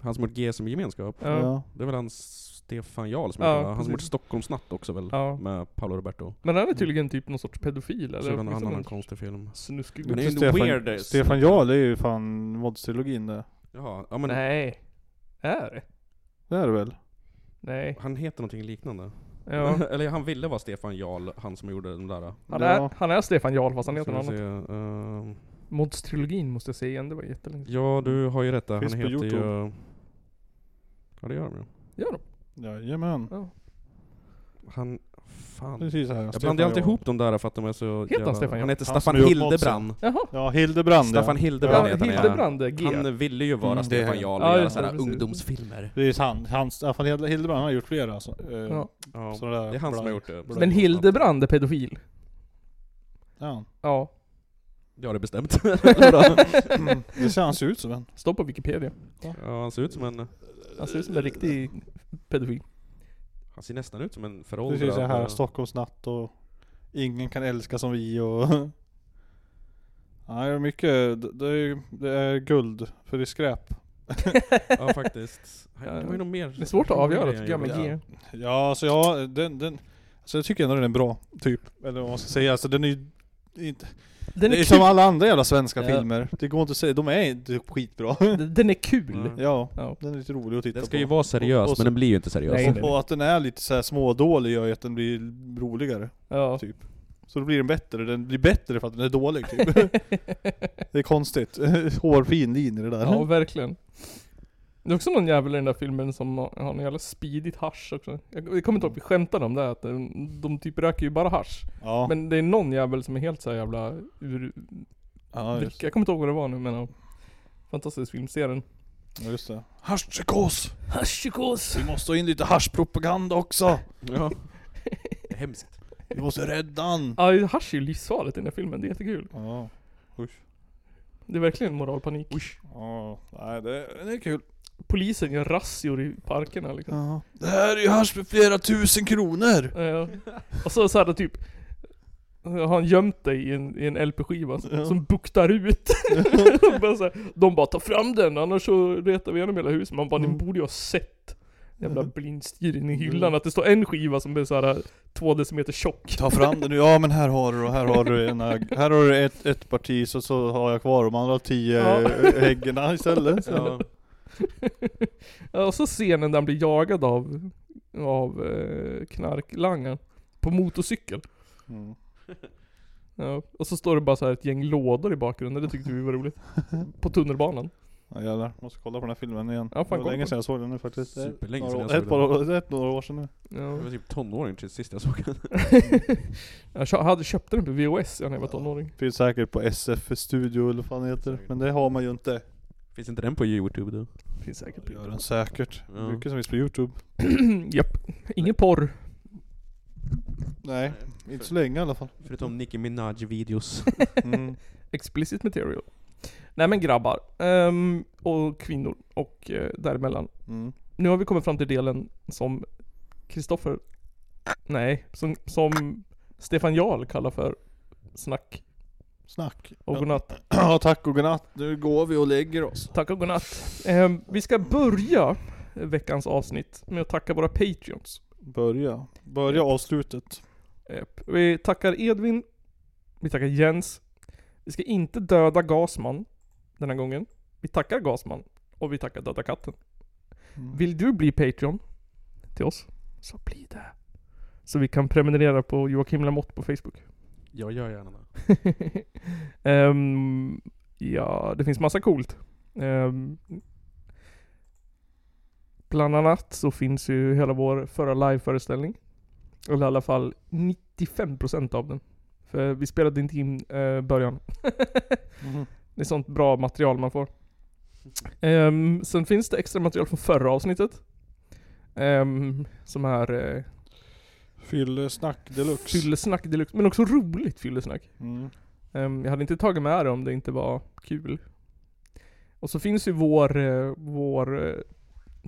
Han som har gjort G som gemenskap.
Ja. Ja.
Det är väl han Stefan Jarl som
Ja,
heter va? Han som har gjort
precis.
Stockholmsnatt också väl?
Ja.
Med Paolo Roberto.
Men han är tydligen typ någon sorts pedofil
Så
eller?
gjorde han en
åtminstone
annan konstig film.
Snuskig.
Men det är ju en
Alltså, Stefan,
weird-
Stefan Jarl är ju fan modstrilogin det.
Jaha, ja men...
Nej. Är det?
Det är det väl?
Nej.
Han heter någonting liknande.
Ja.
Eller han ville vara Stefan Jarl, han som gjorde den där.
Han är, han är Stefan Jarl fast han heter
Ska
något
vi
annat.
se, eh,
Mods-trilogin måste jag säga igen, det var jättelänge sedan.
Ja, du har ju rätt där. Han
Finns på
heter ju...
Youtube.
eh, Ja, det gör han ju.
Gör de?
Jajamän.
Ja.
Han... Fan.
Precis här,
jag
Stefan
blandar ju alltid
Jarl.
ihop de där för att de är så...
Heter han Stefan
Han
Jarl?
heter
Han
Staffan
som har gjort
Hildebrand.
Modsen.
Jaha.
Ja, Hildebrand
Staffan
ja.
Hildebrand
Ja,
heter han,
Hildebrand är G.
Han eh, ville ju vara
Mm, det är
Stefan
han.
Jarl
Ja,
och göra
just det,
sådana
precis.
ungdomsfilmer.
Det är han, han Staffan Hild- Hildebrand han har gjort flera alltså. Eh,
Ja.
Ja,
sådana där
det är han som
bland-
har gjort det.
bland-
Men Hildebrand är pedofil.
Ja.
Ja.
Det har det bestämt. Eller vadå?
Mm, Det ser han ser ut som en.
Står på Wikipedia.
ja, han ser ut som en...
Han ser ut som en riktig pedofil.
Han ser nästan ut som en föråldrad... eh,
Precis det här Stockholmsnatt och Ingen kan älska som vi och... Ja, det är mycket, det- det är, ju- det är guld, för det är skräp.
Ja, faktiskt. Det var ju något mer...
Det är svårt att avgöra tycker jag med
Ja.
G.
Ja, alltså ja, den, den... Alltså jag tycker ändå den är bra, typ. Eller vad man ska säga, alltså den är ju... Inte,
Den
det är
är
som
kul.
alla andra jävla svenska
Ja.
filmer. Det går inte att säga, de är inte skitbra.
Den är kul.
ja,
Ja.
den är lite rolig att titta på.
Den ska ju vara
Och- och
seriös,
så-
men den blir ju inte seriös.
Nej,
Och, och att den är lite så här smådålig gör ju att den blir roligare.
Ja.
Typ. Så då blir den bättre, den blir bättre för att den är dålig typ. det är konstigt. Hårfin linje det där.
Ja, verkligen. Det är också någon jävel i den där filmen som har har någon jävla speedigt hasch också. Jag, jag kommer inte ihåg, vi skämtade om det, att de, de typ röker ju bara hasch.
Mm. Ja.
Men det är någon jävel som är helt så här jävla ur...
ja,
drick-
just,
jag kommer inte ihåg vad det var nu men ja. Fantastisk film, se den.
ja, just det. Haschpsykos!
Haschikos!
Vi måste ha in lite haschpropaganda också!
Ja. Det är Hemskt.
Vi måste rädda han!
Ja, hasch är ju livsfarligt i den här filmen, det är jättekul.
Ja. Usch.
Det är verkligen moralpanik.
Ja, nej det, det är kul.
Polisen gör razzior i parkerna liksom.
Ja. Det här är ju hasch för flera tusen kronor!
Ja. Och så, så här, typ har han gömt dig i en, i en LP-skiva som-
Ja.
som buktar ut. bara så här, de bara tar fram den, annars så retar vi igenom hela huset. Man bara, ni borde ju ha sett jävla blindstyren i hyllan. Att det står en skiva som är så här två decimeter tjock.
Ta fram den nu, ja men här har du och här har du en, här har du ett, ett parti så, så har jag kvar de andra tio
Ja.
eh, häggorna istället.
Ja. Ja, och så scenen där han blir jagad av, av eh, knarklangaren. På motorcykel.
Mm.
Ja, och så står det bara så här ett gäng lådor i bakgrunden, det tyckte vi var roligt. På tunnelbanan.
Ja, jävlar, måste kolla på den här filmen igen.
Ja, fan,
det var
kolla
länge
på
sedan
den.
jag såg den nu faktiskt.
Superlänge
Några
sedan jag
år-
såg
ett par
den.
år- Ett några år sedan nu.
Jag var typ tonåring till sist jag såg den.
Jag kö- hade köpt den på VHS när jag var tonåring.
Finns säkert på SF Studio eller vad fan det heter. Men det har man ju inte.
Finns inte den på Youtube då?
Finns säkert på
Gör den säkert.
Ja.
Mycket som finns på Youtube.
Japp. Ingen porr.
Nej, inte så länge i alla fall.
Förutom Nicki Minaj-videos.
Mm.
Explicit material. Nej men grabbar. ehm, och kvinnor. Och eh, däremellan.
Mm.
Nu har vi kommit fram till delen som Kristoffer... Nej, som, som Stefan Jarl kallar för snack.
Snack.
Och godnatt.
Ja tack och godnatt. Nu går vi och lägger oss.
Tack och godnatt. Ehm, vi ska börja veckans avsnitt med att tacka våra patreons.
Börja. Börja avslutet.
Japp. Vi tackar Edvin. Vi tackar Jens. Vi ska inte döda Gasman den här gången. Vi tackar Gasman. Och vi tackar Döda katten.
Mm.
Vill du bli Patreon till oss? Så bli det. Så vi kan prenumerera på Joakim Lamotte på Facebook.
Jag gör gärna det.
Ehm, ja, det finns massa coolt. Ehm, bland annat så finns ju hela vår förra liveföreställning. Eller i alla fall 95% av den. För vi spelade inte in eh, början.
Mm.
Det är sånt bra material man får. Ehm, sen finns det extra material från förra avsnittet. Ehm, som är uh,
Fyllesnack deluxe.
fyllesnack deluxe, men också roligt fyllesnack.
Mm.
Ehm, jag hade inte tagit med det om det inte var kul. Och så finns ju vår, eh, vår eh,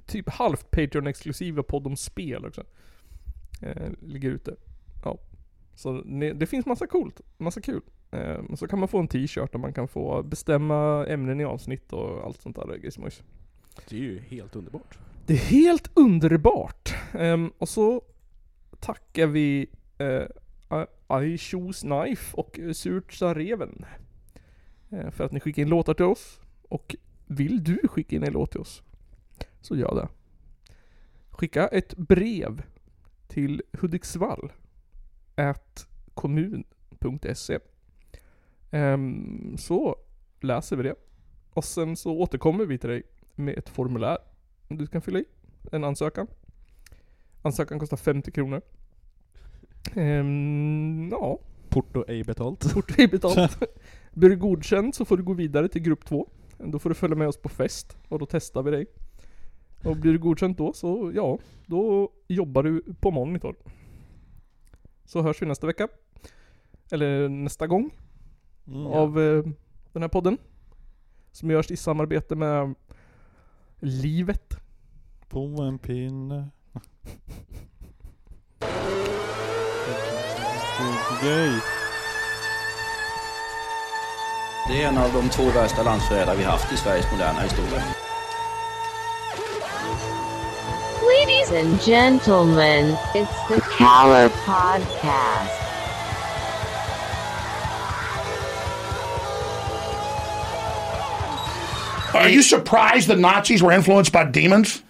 typ halvt Patreon-exklusiva podd om spel också. Eh, ligger ute. Ja. Så ne- det finns massa coolt, massa kul. Ehm, så kan man få en t-shirt och man kan få bestämma ämnen i avsnitt och allt sånt där grejsimojs.
Det är ju helt underbart.
Det är helt underbart. Ehm, och så tackar vi uh, I Choose Knife och eh, Surt sa Reven. eh, för att ni skickar in låtar till oss. Och vill du skicka in en låt till oss? Så gör det. Skicka ett brev till Hudiksvall. At kommun.se Ehm, Så läser vi det. Och sen så återkommer vi till dig med ett formulär du kan fylla i. En ansökan. Ansökan kostar 50 kronor. Ehm, ja.
Porto ej betalt.
Porto är betalt. Blir du godkänd så får du gå vidare till grupp två. Då får du följa med oss på fest och då testar vi dig. Och blir du godkänd då så, ja, då jobbar du på monitor. Så hörs vi nästa vecka. Eller nästa gång.
Mm.
av eh, den här podden. Som görs i samarbete med Livet.
På en pinne. Gay.
Det är en av de två värsta landsförrädare vi haft i Sveriges moderna historia.
Ladies and gentlemen, it's the Caller Podcast.
Are you surprised that Nazis were influenced by demons?